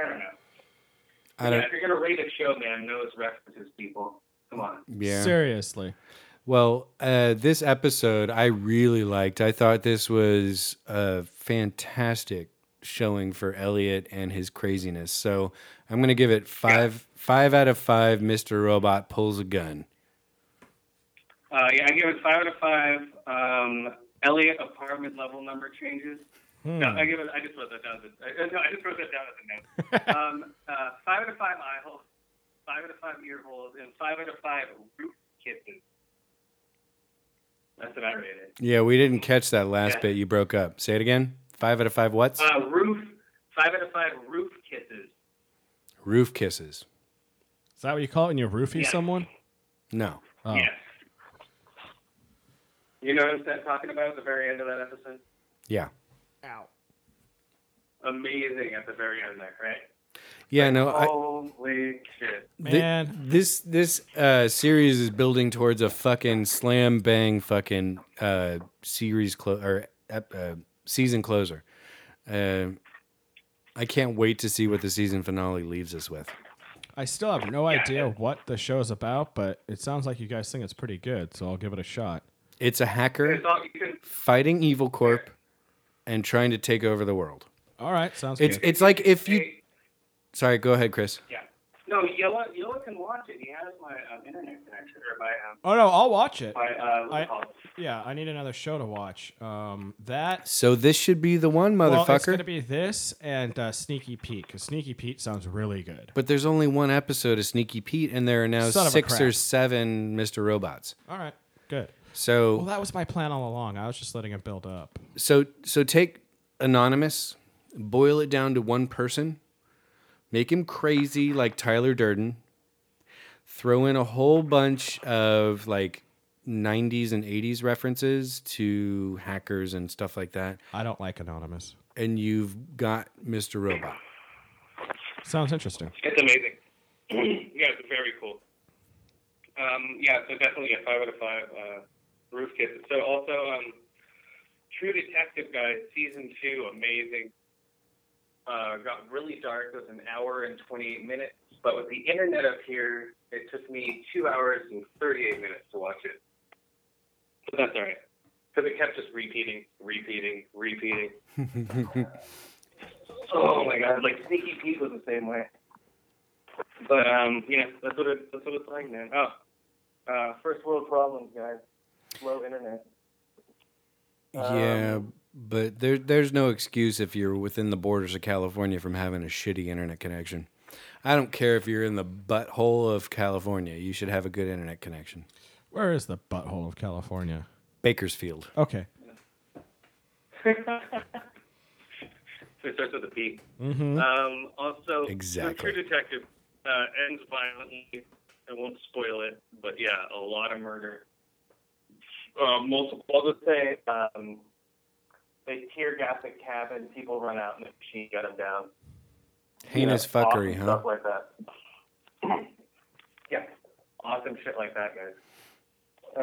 I don't know.
Hmm. I don't.
yeah, if you're gonna rate a show, man, know its references, people. Come on.
Yeah.
Seriously.
Well, uh, this episode I really liked. I thought this was a fantastic showing for Elliot and his craziness. So I'm going to give it five five out of five. Mr. Robot pulls a gun.
Uh, yeah, I give it five out of five. Um, Elliot apartment level number changes. No, I give it. I just wrote that down. As a, I, no, I just wrote that down as a note. um, uh, five out of five eye holes, five out of five ear holes, and five out of five roof kisses. That's what I rated.
Yeah, we didn't catch that last
Yeah.
bit. You broke up. Say it again. Five out of five. What's
Uh, roof, five out of five roof kisses.
roof kisses?
Is that what you call it when you roofie
Yeah.
someone?
No.
Oh.
Yes. You know what I'm sa- talking about at the very end of that episode?
Yeah.
Amazing at the very end there, right?
Yeah, no, I,
Holy shit.
thi-
Man.
this this uh, series is building towards a fucking slam bang fucking uh, series clo- or ep- uh, season closer. Uh, I can't wait to see what the season finale leaves us with.
I still have no idea what the show's about, but it sounds like you guys think it's pretty good, so I'll give it a shot.
It's a hacker
It's all, you can,
fighting evil corp and trying to take over the world.
All right, sounds
It's
good.
it's like if you sorry, go ahead, Chris.
yeah. No, Yola, Yola can watch it. He has my um, internet connection or my um,
oh no, I'll watch it.
my uh, what's
I-
it called?
Yeah, I need another show to watch. Um, that
So this should be the one,
well,
motherfucker.
it's gonna be this and uh, Sneaky Pete because Sneaky Pete sounds really good.
but there's only one episode of Sneaky Pete, and there are now
Son of a
six or
crap.
seven Mr. Robots.
All right, good.
So
Well, that was my plan all along. I was just letting it build up.
so so take anonymous boil it down to one person make him crazy like tyler durden throw in a whole bunch of like 90s and 80s references to hackers and stuff like that
I don't like Anonymous.
and you've got mr robot [LAUGHS]
Sounds interesting.
It's amazing. yeah, it's very cool. Um, yeah, so definitely a five out of five uh, roof kiss. So also, um, True Detective guys, season two, amazing. Uh, got really dark. It was an hour and twenty-eight minutes, but with the internet up here, it took me two hours and thirty-eight minutes to watch it. But that's all right, because it kept just repeating, repeating, repeating. Oh my god, like Sneaky Pete was the same way. But um, yeah, that's what it, that's what it's like, man. Oh, uh, first world problems, guys. Slow internet. Um,
yeah but there, there's no excuse if you're within the borders of california from having a shitty internet connection i don't care if you're in the butthole of california you should have a good internet connection
Where is the butthole of California?
bakersfield
Okay.
So it starts with a P.
Mm-hmm.
Um, also,
Exactly.
The True Detective uh, ends violently. I won't spoil it, but yeah, a lot of murder. Uh, multiple. I'll just say um, they tear gas a cabin. People run out, and the machine got them down.
Heinous
Yeah,
fuckery,
awesome
huh?
Stuff like that. [COUGHS] yeah, awesome shit like that, guys.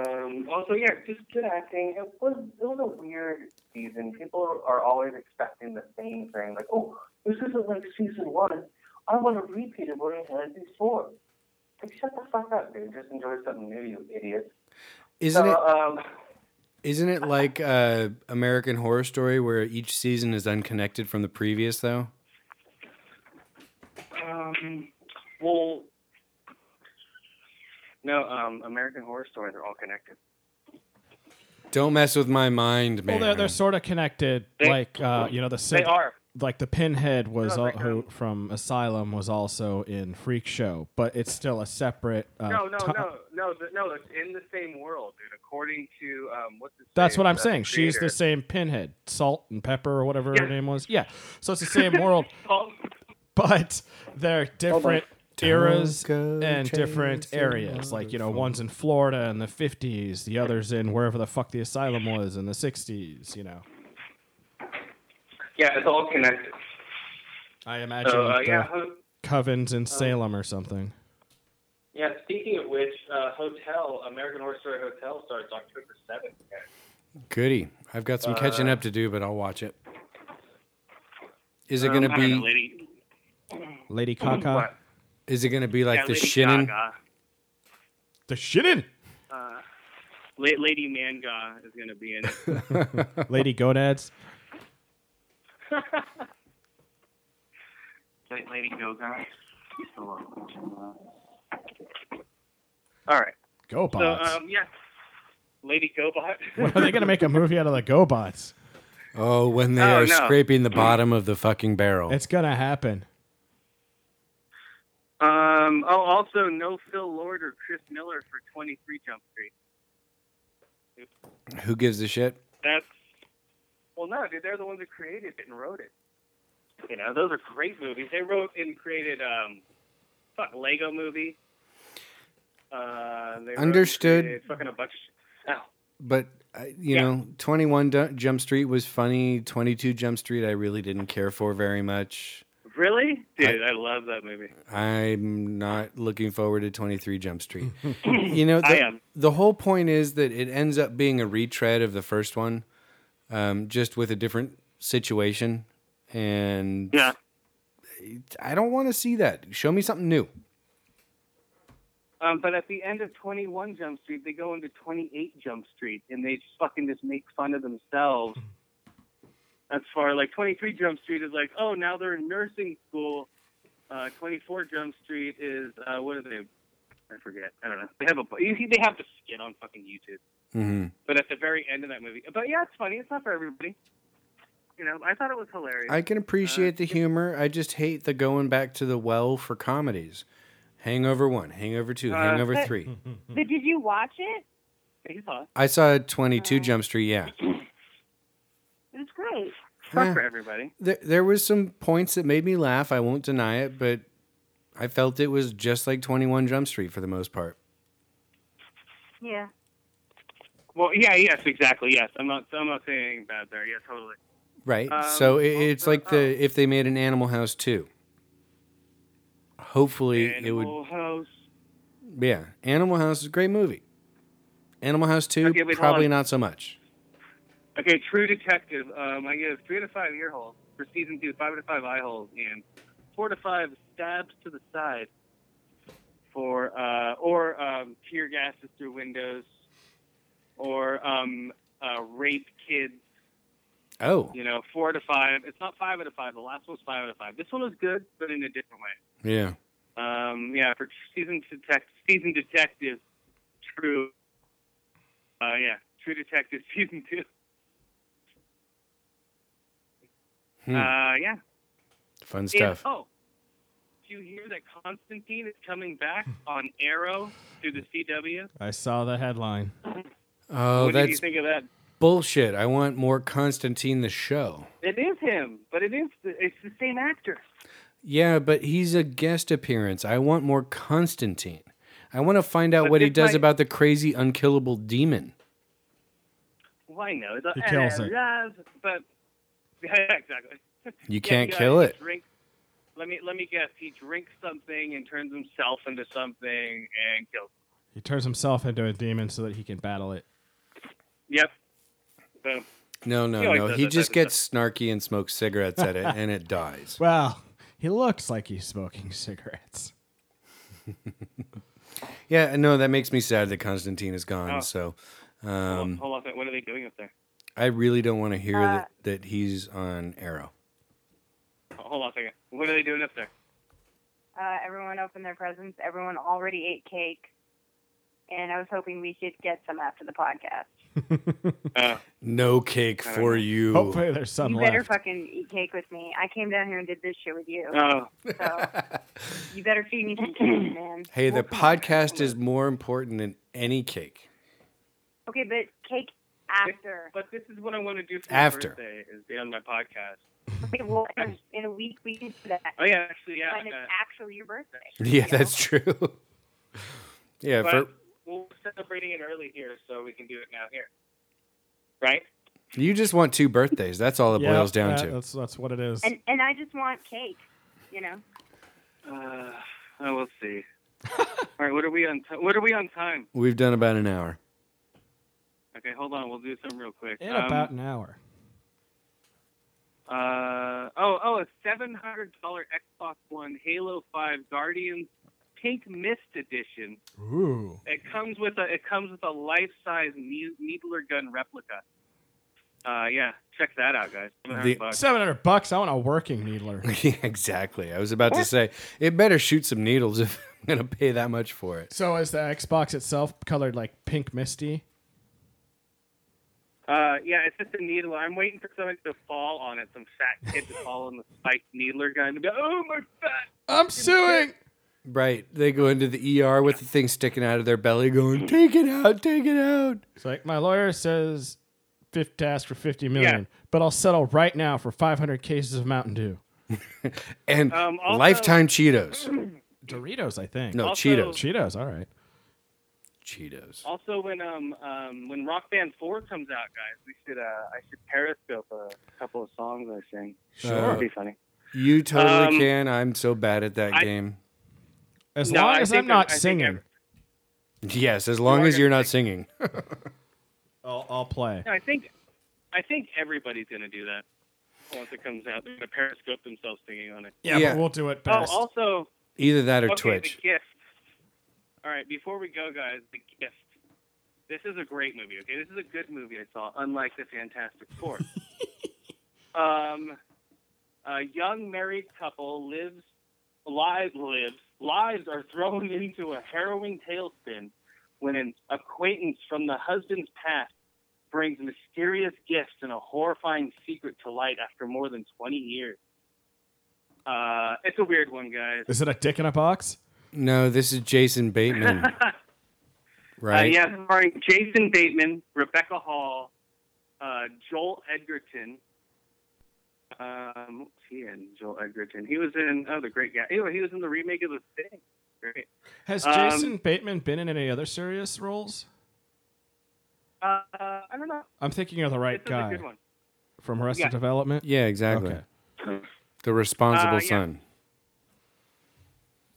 Um, also, yeah, just good acting. It was it was a weird season. People are always expecting the same thing, like, oh, this isn't like season one. I want to repeat of what I had before. Like, shut the fuck up, dude. Just enjoy something new, you idiot.
Isn't
so,
it
um,
isn't it like uh, American Horror Story where each season is unconnected from the previous though?
Um, well, no, um, American Horror Stories are all connected.
Don't mess with my mind, man.
Well, they're, they're sort of connected,
They-
like uh, you know the
They
Sid,
are.
like the Pinhead was
No,
al-
they
who, from Asylum was also in Freak Show, but it's still a separate. Uh,
No, no,
ti-
no, no, th- no. It's in the same world, dude. According to um, what's his
That's
name,
what I'm
the
saying. She's the
creator.
same Pinhead, Salt and Pepper or whatever her
Yeah.
name was. Yeah, so it's the same world, but they're different eras
Don't go
and different
chasing
areas. Like you know,
waterfalls.
one's in Florida in the '50s, the others in wherever the fuck the asylum was in the '60s. You know,
Yeah, it's all connected.
I imagine
So uh,
like, the
yeah, Uh, ho-
covens in Salem or something.
yeah. Speaking of which, uh, Hotel American Horror Story Hotel starts October seventh.
Goody. I've got some
Uh,
catching up to do, but I'll watch it. Is
um,
it gonna be
Lady,
Lady Gaga,
What?
is it gonna be like
yeah,
the
Lady
shinin?
Gaga,
the shitting
uh, La- Lady Manga is gonna be in
[LAUGHS]
it.
Lady Gonads.
La- [LAUGHS] Lady Gaga. All right.
Go
So
bots.
um, yeah, Lady Gobot.
[LAUGHS] when are they gonna make a movie out of the Go bots?
Oh, when they
Oh,
are
no.
scraping the bottom of the fucking barrel.
It's gonna happen.
[LAUGHS] Um. Oh, also no Phil Lord or Chris Miller for 23 Jump Street.
Who gives a shit?
That's well, no, dude. They're the ones who created it and wrote it. You know, those are great movies. They wrote and created um, fuck Lego Movie. Uh, they wrote and
Understood.
created Fucking a bunch. [LAUGHS] Of, Oh,
But I, you
Yeah.
know, 21 Du- Jump Street was funny. 22 Jump Street I really didn't care for very much.
oh,
Really? Dude, I, love that movie.
I'm not looking forward to 23 Jump Street. you know, the,
I am.
the whole point is that it ends up being a retread of the first one, um, just with a different situation. And
Yeah.
I don't want to see that. Show me something new.
Um, but at the end of 21 Jump Street, they go into 28 Jump Street and they just fucking just make fun
[LAUGHS]
of themselves. As far like 23 Jump Street is like, oh, now they're in nursing school. Uh, 24 Jump Street is uh, what are they? I forget. I don't know. They have a you see, they have the skit on fucking YouTube.
hmm
But at the very end of that movie, but yeah, it's funny. It's not for everybody. You know, I thought it was hilarious.
I can appreciate the humor. I just hate the going back to the well for comedies. Hangover 1, Hangover 2,
Uh,
Hangover
but-
3.
But did you watch it?
He's hot.
I saw
Uh.
22 Jump Street, yeah.
It was great.
It's not
Eh.
for everybody.
there, there was some points that made me laugh. I won't deny it, but I felt it was just like Twenty One Jump Street for the most part.
Yeah.
Well, yeah, yes, exactly, yes. I'm not, I'm not saying anything bad there. Yeah, totally.
Right.
Um,
so it, it's
also-
like the if they made an Animal House too. Hopefully it
Animal House.
would. Yeah, Animal House is a great movie. Animal House two
Okay, wait, hold
probably
on.
not so much.
Okay, True Detective. Um, I give three out of five ear holes for season two, five out of five eye holes, and four to five stabs to the side for uh, or um, tear gases through windows, or um, uh, rape kids.
Oh
You know, four to five. It's not five out of five. The last one's five out of five. This one was good, but in a different way.
yeah,
Um, yeah, for season detect season detective, true. Uh, yeah, true detective [LAUGHS] season two.
Hmm.
Uh, yeah.
fun
And,
stuff.
oh, do you hear that Constantine is coming back on Arrow through the CW?
I saw the headline.
Oh,
what did you
that's
think of that?
bullshit. I want more Constantine the show.
It is him, but it is the, it's the same actor.
Yeah, but he's a guest appearance. I want more Constantine. I want to find out
But
what he
this
does
might-
about the crazy unkillable demon.
Well, I know. It's a- eh,
He kills it.
But [LAUGHS] yeah, exactly.
You
Yeah,
can't
he, uh,
kill
he
it.
drinks- let me let me guess. He drinks something and turns himself into something and kills.
He turns himself into a demon so that he can battle it.
Yep. Boom.
No, no,
He always
no.
does
He
that
just
type of
gets snarky and smokes cigarettes
[LAUGHS]
at it and it dies.
Well, he looks like he's smoking [LAUGHS] cigarettes.
Yeah, no, that makes me sad that Constantine is gone.
Oh.
So
Hold
um,
hold on a second. What are they doing up there?
I really don't want to hear
Uh,
that, that he's on Arrow.
Hold on a second. What are they doing up there?
Uh, everyone opened their presents. Everyone already ate cake. And I was hoping we could get some after the podcast.
Uh,
No cake
I don't
for
know.
you.
Hopefully, there's some
you
left.
better fucking eat cake with me. I came down here and did this shit with you.
[LAUGHS]
oh,
So you better feed me some cake, man.
Hey, the
Well, come on,
podcast
come
is more important than any cake.
Okay, but cake after.
but this is what I want to do for
After.
my birthday is be on my podcast.
Okay, well, in- in a week we can do that.
Oh yeah, actually, yeah.
When it's
uh,
actually your birthday.
[LAUGHS] Yeah,
you know?
that's true. [LAUGHS] yeah,
but
for,
we're celebrating it early here, so we can do it now here. Right?
You just want two birthdays. That's all it
Yeah,
boils down
that-
to.
That's that's what it is.
And and I just want cake, you know.
Uh, oh, we'll
[LAUGHS]
see. All right, what are we on? T- what are we on time?
We've done about an hour. [LAUGHS]
Okay, hold on. We'll do some real quick.
In
Um,
about an hour.
Uh, oh, oh, a seven hundred dollar Xbox One Halo Five Guardians Pink Mist Edition.
Ooh.
It comes with a it comes with a life size ne- needler gun replica. Uh, yeah, check that out, guys.
The-
700 bucks.
Seven hundred bucks. I want a working needler.
yeah, exactly. I was about to say it better shoot some needles [LAUGHS] if I'm going to pay that much for it.
[LAUGHS] So is the Xbox itself colored like pink misty?
Uh, yeah, it's just a needle. I'm waiting for somebody to fall on it. Some fat kid to fall on the spiked needler gun and be, oh my fat.
I'm suing.
Right. They go into the ER with the thing sticking out of their belly going, "Take it out, take it out."
It's like my lawyer says, fifth task for fifty million, but I'll settle right now for five hundred cases of Mountain Dew,
And
Um, also-
lifetime
[CLEARS THROAT]
Cheetos.
Doritos, I think.
No,
Also-
Cheetos.
Cheetos. All right.
Cheetos.
Also, when um um when Rock Band Four comes out, guys, we should uh I should Periscope a couple of songs I sing.
Sure.
That'd be funny.
You totally
Um,
can. I'm so bad at that
I- [LAUGHS]
game.
As
No,
long
I
as
think
I'm not
I- I think
singing,
Yes, as long
are
as
gonna
you're not singing.
I'll, I'll play.
No, I think I think everybody's gonna do that once it comes out. They're gonna periscope themselves singing on it.
Yeah,
Yeah.
But we'll do it best.
Oh, also
Either that or
okay,
Twitch.
the gift. All right, before we go, guys, the gift. This is a great movie. Okay, this is a good movie. I saw, unlike the Fantastic
[LAUGHS]
Four. um, a young married couple lives lives lives lives are thrown [LAUGHS] into a harrowing tailspin when an acquaintance from the husband's past brings mysterious gifts and a horrifying secret to light after more than 20 years. Uh, it's a weird one, guys.
Is it a dick in a box?
No, this is Jason
[LAUGHS]
Bateman, right?
Uh, yeah, starring Jason Bateman, Rebecca Hall, uh, Joel Edgerton. Um, what's he in? Joel Edgerton. He was in oh, the Great Gatsby. Anyway, he was in the remake of The Thing. Great.
Has
Um,
Jason Bateman been in any other serious roles?
Uh, I don't know.
I'm thinking of the right
this is a
guy
good one.
from Arrested
Yeah.
Development.
Yeah, exactly.
Okay.
The responsible
Uh, yeah.
son.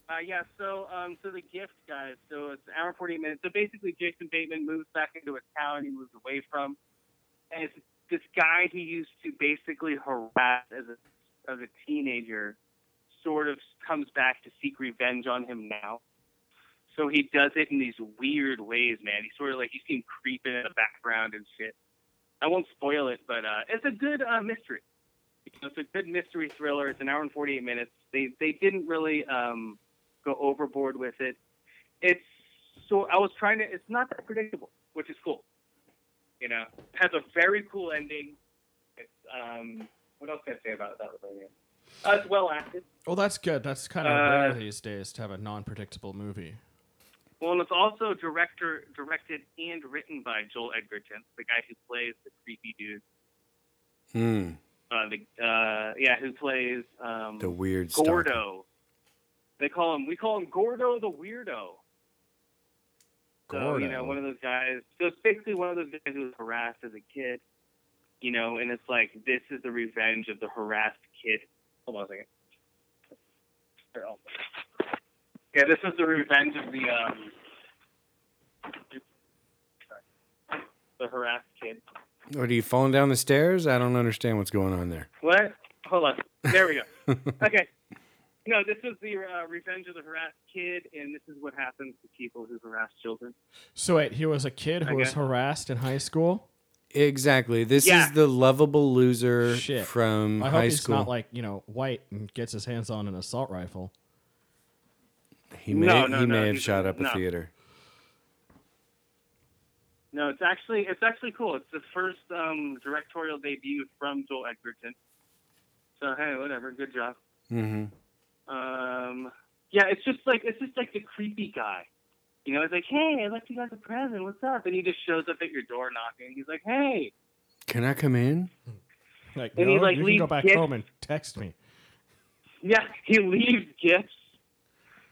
Uh, yeah, so um, so the gift, guys. So it's an hour and forty minutes. So basically, Jason Bateman moves back into a town he moves away from, and it's this guy he used to basically harass as a as a teenager, sort of comes back to seek revenge on him now. So he does it in these weird ways, man. He's sort of like you see him creeping in the background and shit. I won't spoil it, but uh, it's a good uh, mystery. It's a good mystery thriller. It's an hour and forty eight minutes. They they didn't really. Um, go overboard with it. It's so I was trying to. It's not that predictable, which is cool. You know, it has a very cool ending. It's um, what else can I say about that? Movie? Uh, it's well acted.
Well, that's good. That's kind of
Uh,
rare these days to have a non-predictable movie.
Well, and it's also director directed and written by Joel Edgerton, the guy who plays the creepy dude.
Hmm.
Uh, the uh, yeah, who plays um,
The weird stuff.
Gordo. They call him. We call him Gordo the weirdo. So, you know,
Gordo.
one of those guys. So it's basically one of those guys who was harassed as a kid, you know, and it's like, this is the revenge of the harassed kid. Hold on a second. Here, I'll- Yeah, this is the revenge of the, um, sorry. the harassed kid.
What are you falling down the stairs? I don't understand what's going on there.
What? Hold on. There we go. okay. No, this is the uh, revenge of the harassed kid, and this is what happens to people who harass children.
So wait, he was a kid who was
Okay.
harassed in high school.
Exactly. This
Yeah.
is the lovable loser
Shit.
from
I hope
high
he's
school.
not like you know white and gets his hands on an assault rifle.
he may,
No, no,
he
no,
may have
he's-
shot up a
no.
theater.
No, it's actually it's actually cool. It's the first um, directorial debut from Joel Edgerton. So hey, whatever, good job.
hmm
Um, yeah, it's just like it's just like the creepy guy. You know, it's like, hey, I left you guys a present. What's up? And he just shows up at your door knocking. He's like, hey,
Can I come in?
Like,
And
no,
he, like,
you can
leaves
go back
gifts-
home and text me.
Yeah, he leaves gifts.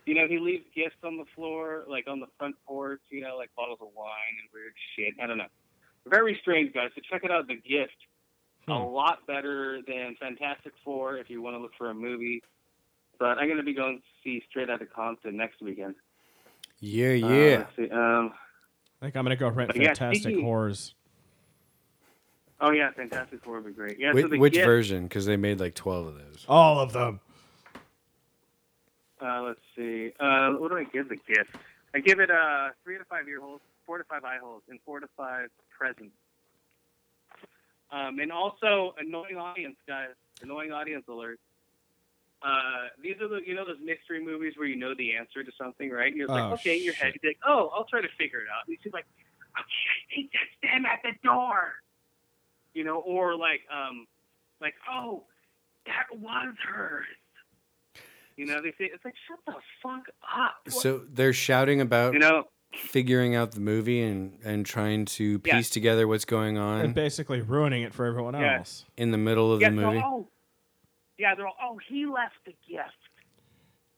You know, he leaves gifts on the floor, like on the front porch, you know, like bottles of wine and weird shit. I don't know. Very strange, guys. So check it out, The Gift. A
Hmm.
lot better than Fantastic Four if you want to look for a movie. But I'm going to be going to see Straight Outta Compton next weekend.
Yeah,
Uh,
yeah.
let's see, um,
I think I'm gonna go rent
But yeah,
Fantastic
speaking-
Horrors.
oh, yeah, Fantastic Four would be great. Yeah,
Whi-
so The
which
Gift,
version? Because they made like twelve of those.
All of them.
Uh, let's see. Uh, what do I give the gift? I give it uh, three to five ear holes, four to five eye holes, and four to five presents. Um, and also, annoying audience, guys. Annoying audience alert. Uh, these are the you know those mystery movies where you know the answer to something, right? You're like,
Oh,
okay, in your head, you're like, oh, I'll try to figure it out. And she's like, okay, I think that's them at the door. You know, or like, um, like, oh, that was hers. You know, they say it's like, shut the fuck up.
So they're shouting about
you know,
figuring out the movie and and trying to
Yeah.
piece together what's going
and
on
basically ruining it for everyone
Yeah.
else.
in the middle of
yeah,
the
they're
movie.
all- yeah, they're all, oh, he left the gift.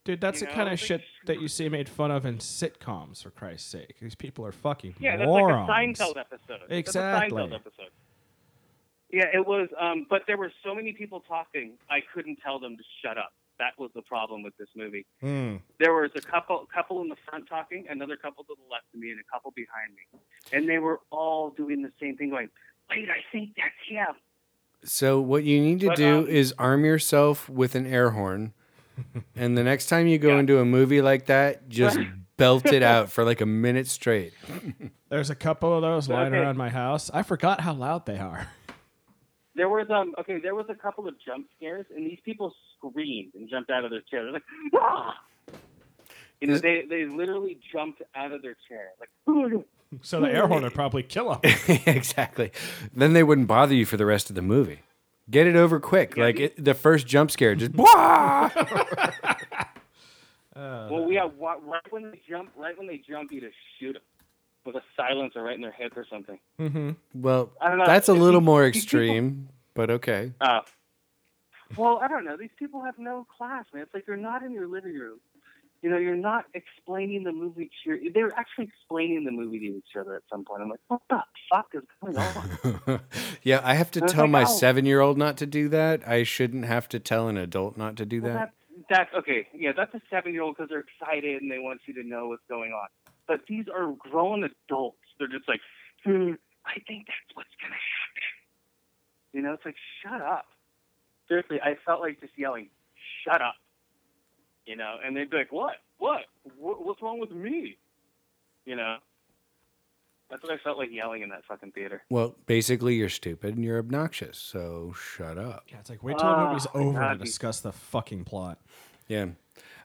Dude, that's
You
the
know,
kind
like-
of shit that you see made fun of in sitcoms, for Christ's sake. These people are fucking
Yeah, that's
morons.
like a Seinfeld episode. That's a
Exactly.
Seinfeld episode. Yeah, it was. Um, but there were so many people talking, I couldn't tell them to shut up. That was the problem with this movie.
Hmm.
There was a couple couple in the front talking, another couple to the left of me, and a couple behind me, and they were all doing the same thing, going, "Wait, I think that's him."
So what you need to
But,
do
um,
is arm yourself with an air horn, and the next time you go
Yeah.
into a movie like that,
[LAUGHS]
just belt it out for like a minute straight. [LAUGHS]
There's a couple of those lying
Okay.
around my house. I forgot how loud they are. [LAUGHS]
There was um okay, there was a couple of jump scares, and these people screamed and jumped out of their chair. They're like, ah! You know, they they literally jumped out of their chair. Like,
So the air horn would probably kill
[LAUGHS]
them.
exactly. Then they wouldn't bother you for the rest of the movie. Get it over quick, like it, the first jump scare. Just [LAUGHS] Bwah!
[LAUGHS] well, we have wa- right when they jump, right when they jump, you just shoot them with a silencer right in their hip or something.
well,
I don't know.
that's a
These
little
[LAUGHS]
more
people-
extreme, but okay.
Uh, well, I don't know. These people have no class, man. It's like you're not in your living room. You know, you're not explaining the movie to your. They were actually explaining the movie to each other at some point. I'm like, what the fuck is going on?
yeah, I have to
I was
tell
like,
my
"Oh."
seven-year-old not to do that. I shouldn't have to tell an adult not to do
Well,
that.
that's, that's okay. Yeah, that's a seven year old because they're excited and they want you to know what's going on. But these are grown adults. They're just like, hmm, I think that's what's going to happen. You know, it's like, shut up. Seriously, I felt like just yelling, shut up. You know, and they'd be like, what? What? what? What's wrong with me? You know, that's what I felt like yelling in that fucking theater.
Well, basically, you're stupid and you're obnoxious. So shut up.
Yeah, it's like wait till the
Ah,
movie's
my
over
God,
to
these-
discuss the fucking plot.
Yeah.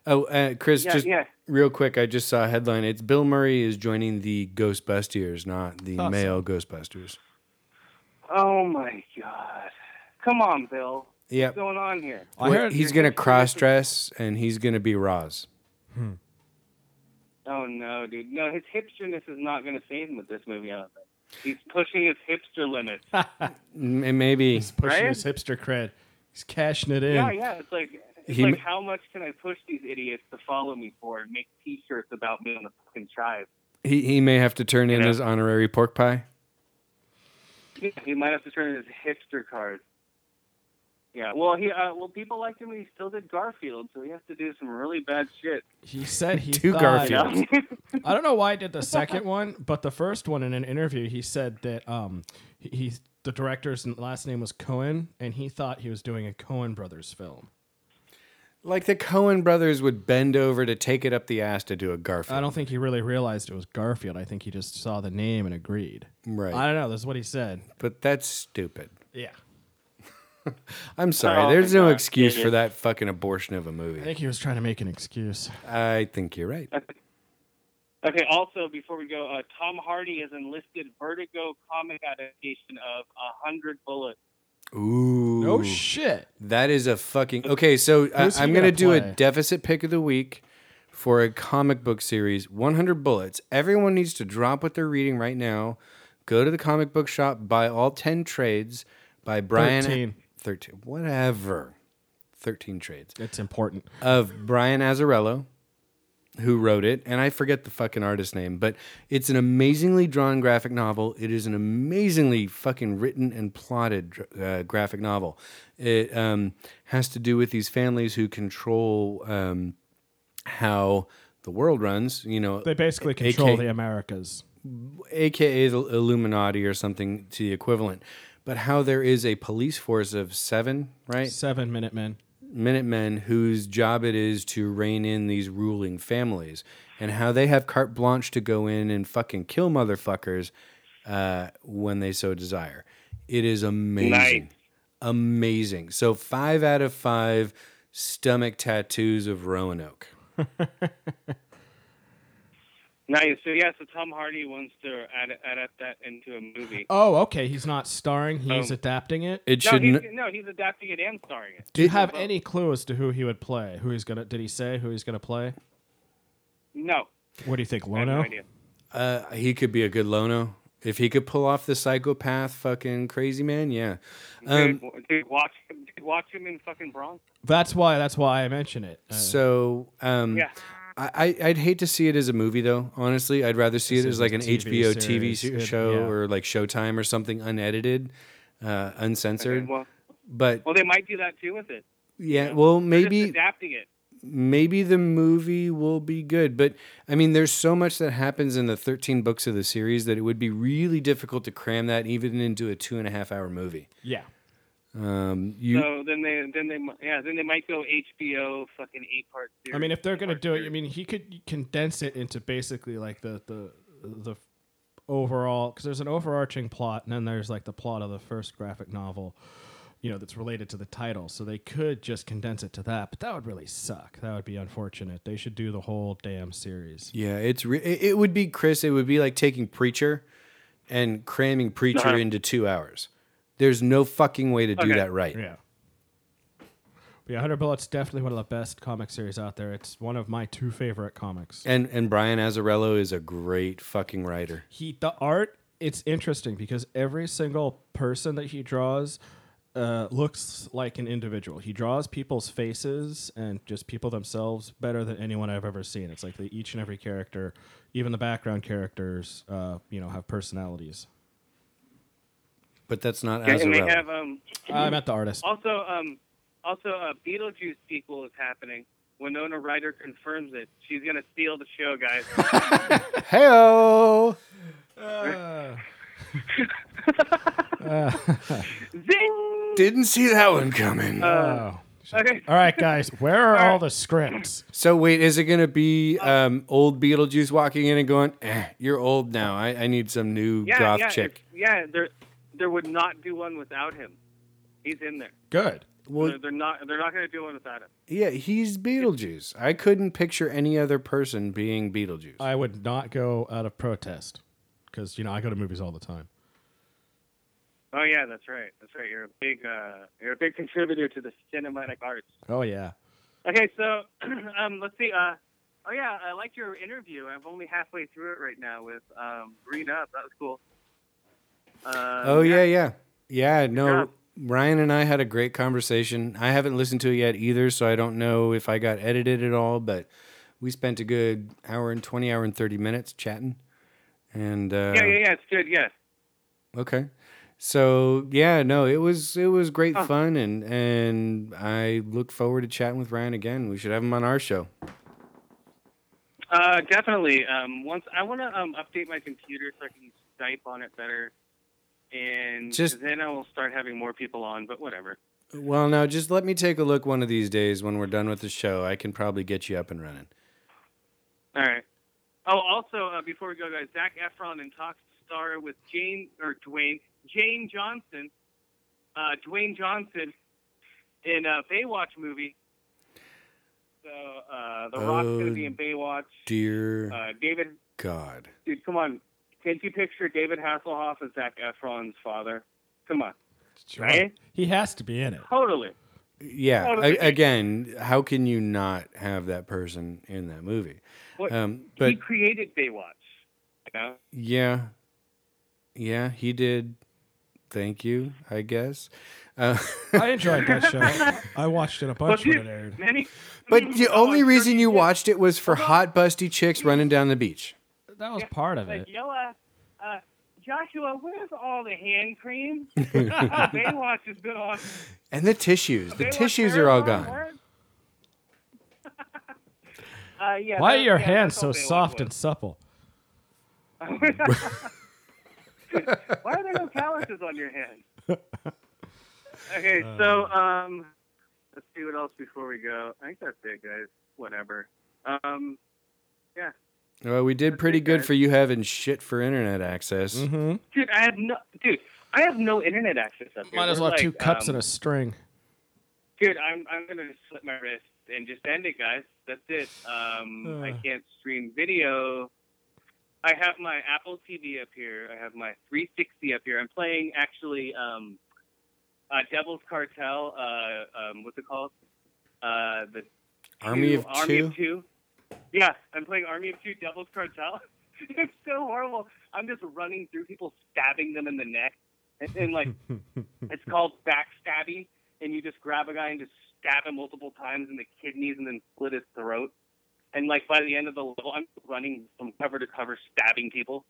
Oh, uh, Chris,
Yeah,
just
yeah.
real quick, I just saw a headline. It's Bill Murray is joining the Ghostbusters, not the
Thought so.
male Ghostbusters.
Oh my God. Come on, Bill.
Yeah.
What's going on here?
I
What-
heard
he's
you're
going to
just-
cross dress and he's going to be Roz.
Oh no, dude! No, his hipsterness is not going to save him with this movie. I don't think. He's pushing his hipster limits.
M- And maybe
he's pushing
Right?
his hipster cred. He's cashing it in.
Yeah, yeah. It's like, it's
He-
like how much can I push these idiots to follow me for and make T-shirts about me on the fucking chive?
he, he may have to turn in
know.
his honorary pork pie.
Yeah, he might have to turn in his hipster card. Yeah. Well, he uh, well people liked him. and He still did Garfield, so he has to do some really bad shit.
He said he
Two
thought,
Garfield.
Yeah.
I don't know why I did the second one, but the first one in an interview, he said that um he, he the director's last name was Cohen, and he thought he was doing a Cohen brothers film.
Like the Cohen brothers would bend over to take it up the ass to do a Garfield.
I don't think he really realized it was Garfield. I think he just saw the name and agreed.
Right.
I don't know. That's what he said.
but that's stupid.
Yeah.
I'm sorry.
Oh,
There's
my
no
God.
excuse
Yeah,
for
yeah.
that fucking abortion of a
I
movie.
think he was trying to make an excuse.
I think you're right.
[LAUGHS] Okay. Also, before we go, uh, Tom Hardy has enlisted Vertigo comic adaptation of A Hundred Bullets.
Ooh.
No shit.
That is a fucking okay. So I,
Who's he
I'm gonna,
gonna
do a
play?
deficit pick of the week for a comic book series. 100 bullets. Everyone needs to drop what they're reading right now. Go to the comic book shop. Buy all 10 trades by Brian.
13.
13. Whatever. 13 trades
It's important.
of Brian Azzarello, who wrote it, and I forget the fucking artist name, but it's an amazingly drawn graphic novel. It is an amazingly fucking written and plotted dr- uh, graphic novel. It um, has to do with these families who control um, how the world runs. You know,
They basically control
AK
the Americas.
aka the Illuminati or something to the equivalent. But how there is a police force of seven, right?
Seven minute men.
Minutemen whose job it is to rein in these ruling families and how they have carte blanche to go in and fucking kill motherfuckers uh, when they so desire. It is amazing.
Nice.
Amazing. So, five out of five stomach tattoos of Roanoke.
Nice. So yeah, so Tom Hardy wants to ad- adapt that into a movie.
Oh, okay. He's not starring. He's
Um,
adapting it.
It
no,
should
he's,
not
no, he's adapting it and starring it.
Do you have any clue as to who he would play? Who he's gonna? Did he say who he's gonna play?
No,
What do you think,
I have no
Lono?
idea.
Uh, he could be a good Lono. If he could pull off the psychopath fucking crazy man, yeah. Um,
Dude, w- dude, watch him. Dude, watch him in fucking Bronx.
that's why. That's why I mention it. Uh,
So um,
Yeah.
I, I- I'd hate to see it as a movie, though. Honestly, I'd rather see it
This
as
is
like
a
an
TV
HBO TV
series.
se-
It-
show
yeah.
or like Showtime or something unedited uh,
Okay,
uncensored.
well,
but
well, they might do that too with it.
yeah, well,
They're just
maybe
adapting it.
maybe the movie will be good. But I mean, there's so much that happens in the 13 books of the series that it would be really difficult to cram that even into a two and a half hour movie.
Yeah.
Um, you,
so then they then they mi- yeah then they might go HBO fucking eight part series.
I mean, if they're gonna
Part
do it, I
series.
mean, he could condense it into basically like the the the overall because there's an overarching plot, and then there's like the plot of the first graphic novel, you know, that's related to the title. So they could just condense it to that, but that would really suck. That would be unfortunate. They should do the whole damn series.
yeah, it's re- it it would be Chris. It would be like taking Preacher and cramming Preacher
Uh-huh.
into two hours. There's no fucking way to do
Okay.
that right.
Yeah. But yeah, Hundred Bullets definitely one of the best comic series out there. It's one of my two favorite comics.
And and Brian Azzarello is a great fucking writer.
he the art it's interesting because every single person that he draws uh, looks like an individual. He draws people's faces and just people themselves better than anyone I've ever seen. It's like they, each and every character, even the background characters, uh, you know, have personalities.
But that's not
Yeah, and they
Azzarello.
have um
I met the artist.
also um also a Beetlejuice sequel is happening. Winona Ryder confirms it. She's gonna steal the show, guys.
[LAUGHS] Heyo.
Zing.
Didn't see that one coming.
Uh,
Oh.
Okay.
All right, guys, where are all the scripts?
So wait, is it gonna be um, old Beetlejuice walking in and going, eh, "You're old now. I, I need some new
Yeah,
goth
yeah,
chick."
it's- yeah. There, there would not do one without him. He's in there.
Good.
Well,
they're, they're not. They're not gonna do one without him.
yeah, he's Beetlejuice. I couldn't picture any other person being Beetlejuice.
I would not go out of protest because, you know, I go to movies all the time.
Oh yeah, that's right. That's right. You're a big. Uh, you're a big contributor to the cinematic arts.
Oh, yeah.
Okay, so [CLEARS THROAT] um, let's see. Uh, oh yeah, I liked your interview. I'm only halfway through it right now with um, Green Up. That was cool. Uh,
oh yeah, yeah, yeah. No,
job.
Ryan and I had a great conversation. I haven't listened to it yet either, so I don't know if I got edited at all. But we spent a good hour and twenty hour and thirty minutes chatting. And uh,
yeah, yeah, yeah. It's good. Yeah.
Okay. So yeah, no, it was it was great fun, and and I look forward to chatting with Ryan again. We should have him on our show.
Uh, definitely. Um, once I want to um, update my computer so I can Skype on it better, and
Just-
then I will start having more people on. But whatever.
Well, now just let me take a look one of these days when we're done with the show. I can probably get you up and running.
All right. Oh, also uh, before we go, guys, Zach Efron and Talk Star with Jane or Dwayne Jane Johnson, uh, Dwayne Johnson in a Baywatch movie. So uh, The Rock's
Oh,
gonna be in Baywatch.
Dear
Uh, David,
God,
dude, come on, can't you picture David Hasselhoff as Zach Efron's father? Come on, right?
He has to be in it.
Totally.
yeah.
Oh,
I, again, how can you not have that person in that movie?
What-
Um,
he
but
created Baywatch. You
[LAUGHS]
know?
yeah, yeah, he did. Thank you, I guess. Uh, [LAUGHS]
I enjoyed that [LAUGHS] show. I watched it a bunch
But
when it
dude,
aired.
many-
But the
Oh,
only
I'm
reason you
36.
watched it was for hot, busty chicks running down the beach.
That was part of
Like,
it.
yo, uh, uh, Joshua, where's all the hand
[LAUGHS]
cream? [LAUGHS] Baywatch has been on.
And the tissues. The
Baywatch
tissues are all
marathon,
gone.
where- [LAUGHS] Uh, yeah,
Why are
that-
your
yeah,
hands
that's
so
all Baywatch
soft and
was.
supple?
[LAUGHS] Why are there no calluses on your
[LAUGHS]
hands? Okay,
Uh.
so um, let's see what else before we go. I think that's it, guys. Whatever. Um,
Well, we did pretty good for you having shit for internet access.
Mm-hmm.
dude, I have no, dude, I have no internet access up here.
Might as
We're
well have two
like,
cups
um,
and a string.
Dude, I'm I'm gonna slip my wrist and just end it, guys. That's it. Um, I
Ugh.
can't stream video. I have my Apple TV up here. I have my 360 up here. I'm playing actually um, uh, Devil's Cartel. Uh, um, what's it called? Uh, the
Army
two-
of
Army
Two.
of Two. Yeah, I'm playing Army of Two, Devil's Cartel. [LAUGHS] it's so horrible. I'm just running through people, stabbing them in the neck, and,
[LAUGHS]
and like it's called backstabby, and you just grab a guy and just stab him multiple times in the kidneys and then slit his throat. And like by the end of the level, I'm running from cover to cover, stabbing people,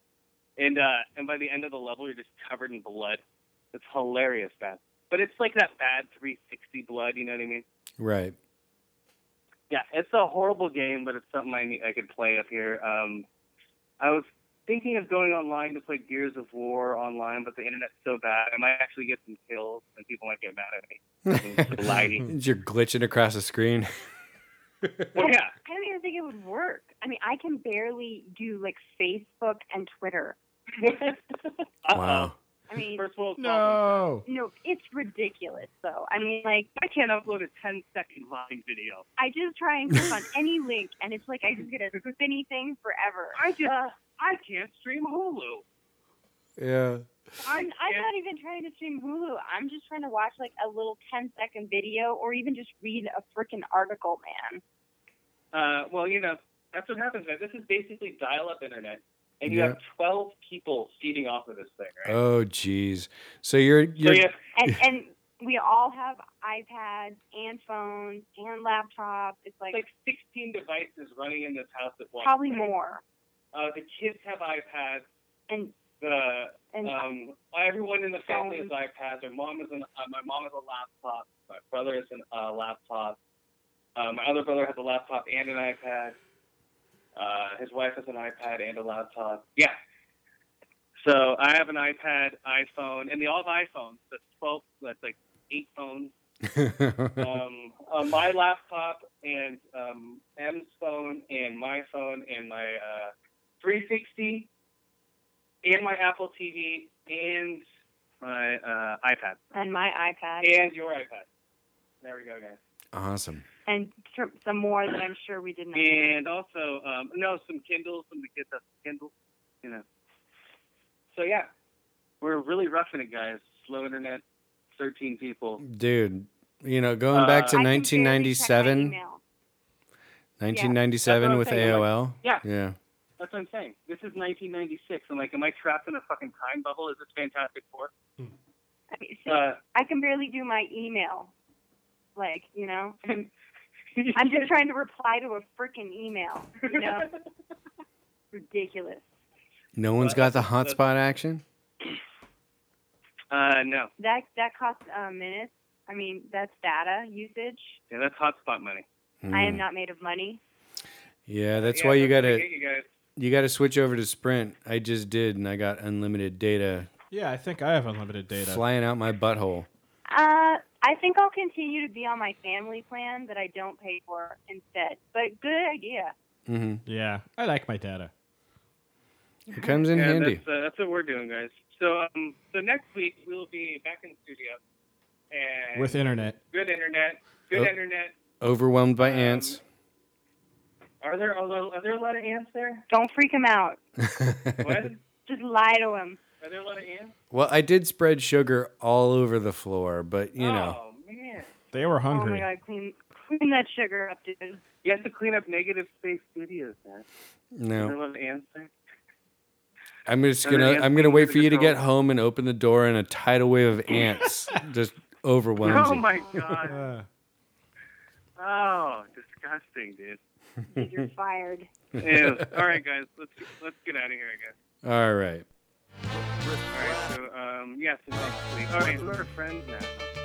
and uh, and by the end of the level, you're just covered in blood. It's hilarious, bad. But it's like that bad 360 blood. You know what I mean?
Right.
Yeah, it's a horrible game, but it's something I need, I could play up here. Um, I was thinking of going online to play Gears of War online, but the internet's so bad, I might actually get some kills, and people might get mad at me.
[LAUGHS]
It's laggy.
You're glitching across the screen.
Well, yeah,
I don't even think it would work. I mean, I can barely do like Facebook and Twitter.
Uh-oh.
Wow.
[LAUGHS]
I mean,
First world problem.
No.
no, it's ridiculous though. I mean, like
I can't upload a 10 second Vine video.
I just try and click on
[LAUGHS]
any link, and it's like I just get a spinny thing forever.
I just I can't stream Hulu.
Yeah.
I
I'm, I'm
can't.
not even trying to stream Hulu. I'm just trying to watch like a little 10 second video or even just read a freaking article, man.
Uh, well, you know that's what happens. Man. This is basically dial up internet, and you
Yeah.
have 12 people feeding off of this thing, right?
Oh, geez. So you're
so
you're
yeah,
And and we all have iPads and phones and laptops. It's like,
like 16 devices running in this house at once.
probably more.
Uh, the kids have iPads.
And
The
and
um, everyone in the family has iPads. My mom is an, uh, my mom has a laptop. My brother is a uh, laptop. Uh, my other brother has a laptop and an iPad. Uh, his wife has an iPad and a laptop. Yeah. So I have an iPad, iPhone, and they all have iPhones. That's twelve. That's like eight phones. Um, uh, my laptop and um, M's phone and my phone and my uh, 360 and my Apple TV and my uh, iPad
and my iPad
and your iPad. There we go, guys.
[LAUGHS] awesome.
and tr- some more that I'm sure we didn't.
And also, um, no, some Kindles, some to get the Kindle, you know. So yeah, we're really roughing it, guys. Slow internet, 13 people.
Dude, you know, going back
Uh,
to
I can barely check my
1997,
email.
1997
Yeah.
with
That's what I'm saying, like-
AOL.
Yeah.
Yeah.
That's what I'm saying. This is 1996. I'm like, am I trapped in a fucking time bubble? Is this Fantastic Four?
I, mean, see,
Uh,
I can barely do my email. Like, you know,
[LAUGHS]
I'm, I'm just trying to reply to a freaking email. You know,
[LAUGHS]
ridiculous.
No one's got the hotspot action.
uh, no.
That that costs uh, minutes. I mean, that's data usage.
Yeah, that's hotspot money.
I
Mm.
am not made of money.
Yeah, that's
Yeah,
why you
what
gotta
I get, you guys.
you gotta switch over to Sprint. I just did, and I got unlimited data
[LAUGHS] Yeah, I think I have unlimited data.
flying out my butthole.
Uh, I think I'll continue to be on my family plan that I don't pay for instead. But good idea.
hmm
yeah, I like my data.
It comes in
yeah,
handy.
That's, uh, that's what we're doing, guys. So, um, so next week we'll be back in the studio and
With internet.
good internet, good
Oh.
internet.
Overwhelmed by
Um,
ants.
Are there are there, are there a lot of ants there?
Don't freak him out.
What? [LAUGHS] are
Just lie to him.
there a lot of ants?
[LAUGHS] well, I did spread sugar all over the floor, but you
oh
know,
man,
They were
Oh my
hungry.
god, clean clean that sugar up, dude.
you have to clean up negative space studios, man. Are there
no.
a lot of ants there?
I'm just
Are there
gonna
ants
I'm gonna
under
wait
the
for you to
control?
get home and open the door, and a tidal wave of
[LAUGHS]
ants just overwhelms
Oh
you.
my god.
Uh,
Oh, disgusting, dude.
Dude, You're fired.
Ew. All right, guys, let's let's get out of here, I guess.
All right.
All right, so um, yeah, so next week. All right, we're friends now.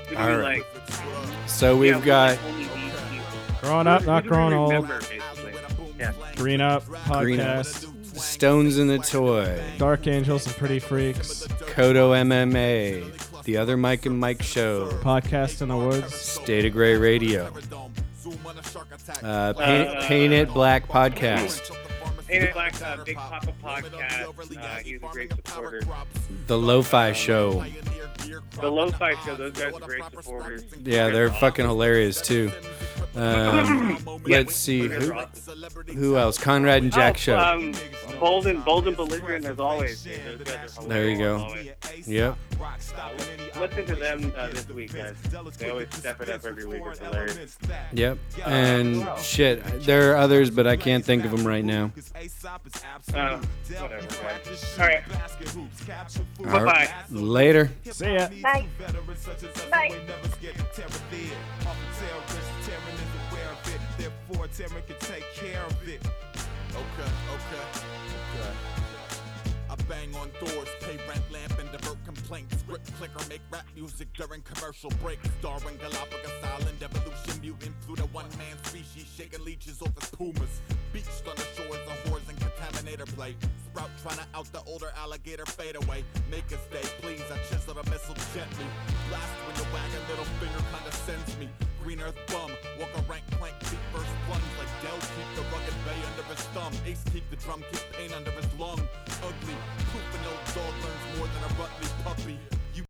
Who do
All
we
right.
like?
So we've
Yeah, we
got
like only these people.
growing up,
Who
not
do we
growing old.
remember, basically? Yeah.
Green Up
Green Up.
podcast.
Stones in the Toy,
Dark Angels and Pretty Freaks.
Kodo MMA, The Other Mike and Mike Show,
Podcast in the Woods.
State of Gray Radio, uh, Paint,
Uh,
Paint It Black Podcast,
Hey, Black, uh, Big Papa Podcast. Uh, he's a great supporter.
The Lo-Fi Show.
The Lo-Fi Show, those guys are great supporters.
Yeah, they're fucking hilarious too.
[COUGHS]
Um, let's see who, who else. Conrad and Jack
Oh,
Show.
Um, bold and bold and belligerent as always. dude. Those guys are
There you go.
hilarious as always.
Yep.
Listen to them uh, this week, guys. They always step it up every week. It's hilarious.
Yep. And shit, there are others, but I can't think of them right now.
Uh, whatever. guys. All right.
All right.
Bye-bye.
Later.
See ya.
Bye. Bye.
Okay, okay, okay. I bang on doors, pay rent, lamp, and divert complaints. clink, script clicker, make rap music during commercial breaks. Starring Galapagos Island, evolution mutant, flew the one man species, shaking leeches off his pumas. Beached on the shores of whores and contaminator play. Sprout trying to out the older alligator fade away. Make a stay, please, I chisel the missile gently. Blast when the wagon little finger condescends me. Green earth bum, walk a rank plank, feet first plunge like Dell. Keep the rugged bay under his thumb. Ace keep the drum, kick pain under his lung. Ugly, pooping old dog learns more than a Rutley puppy.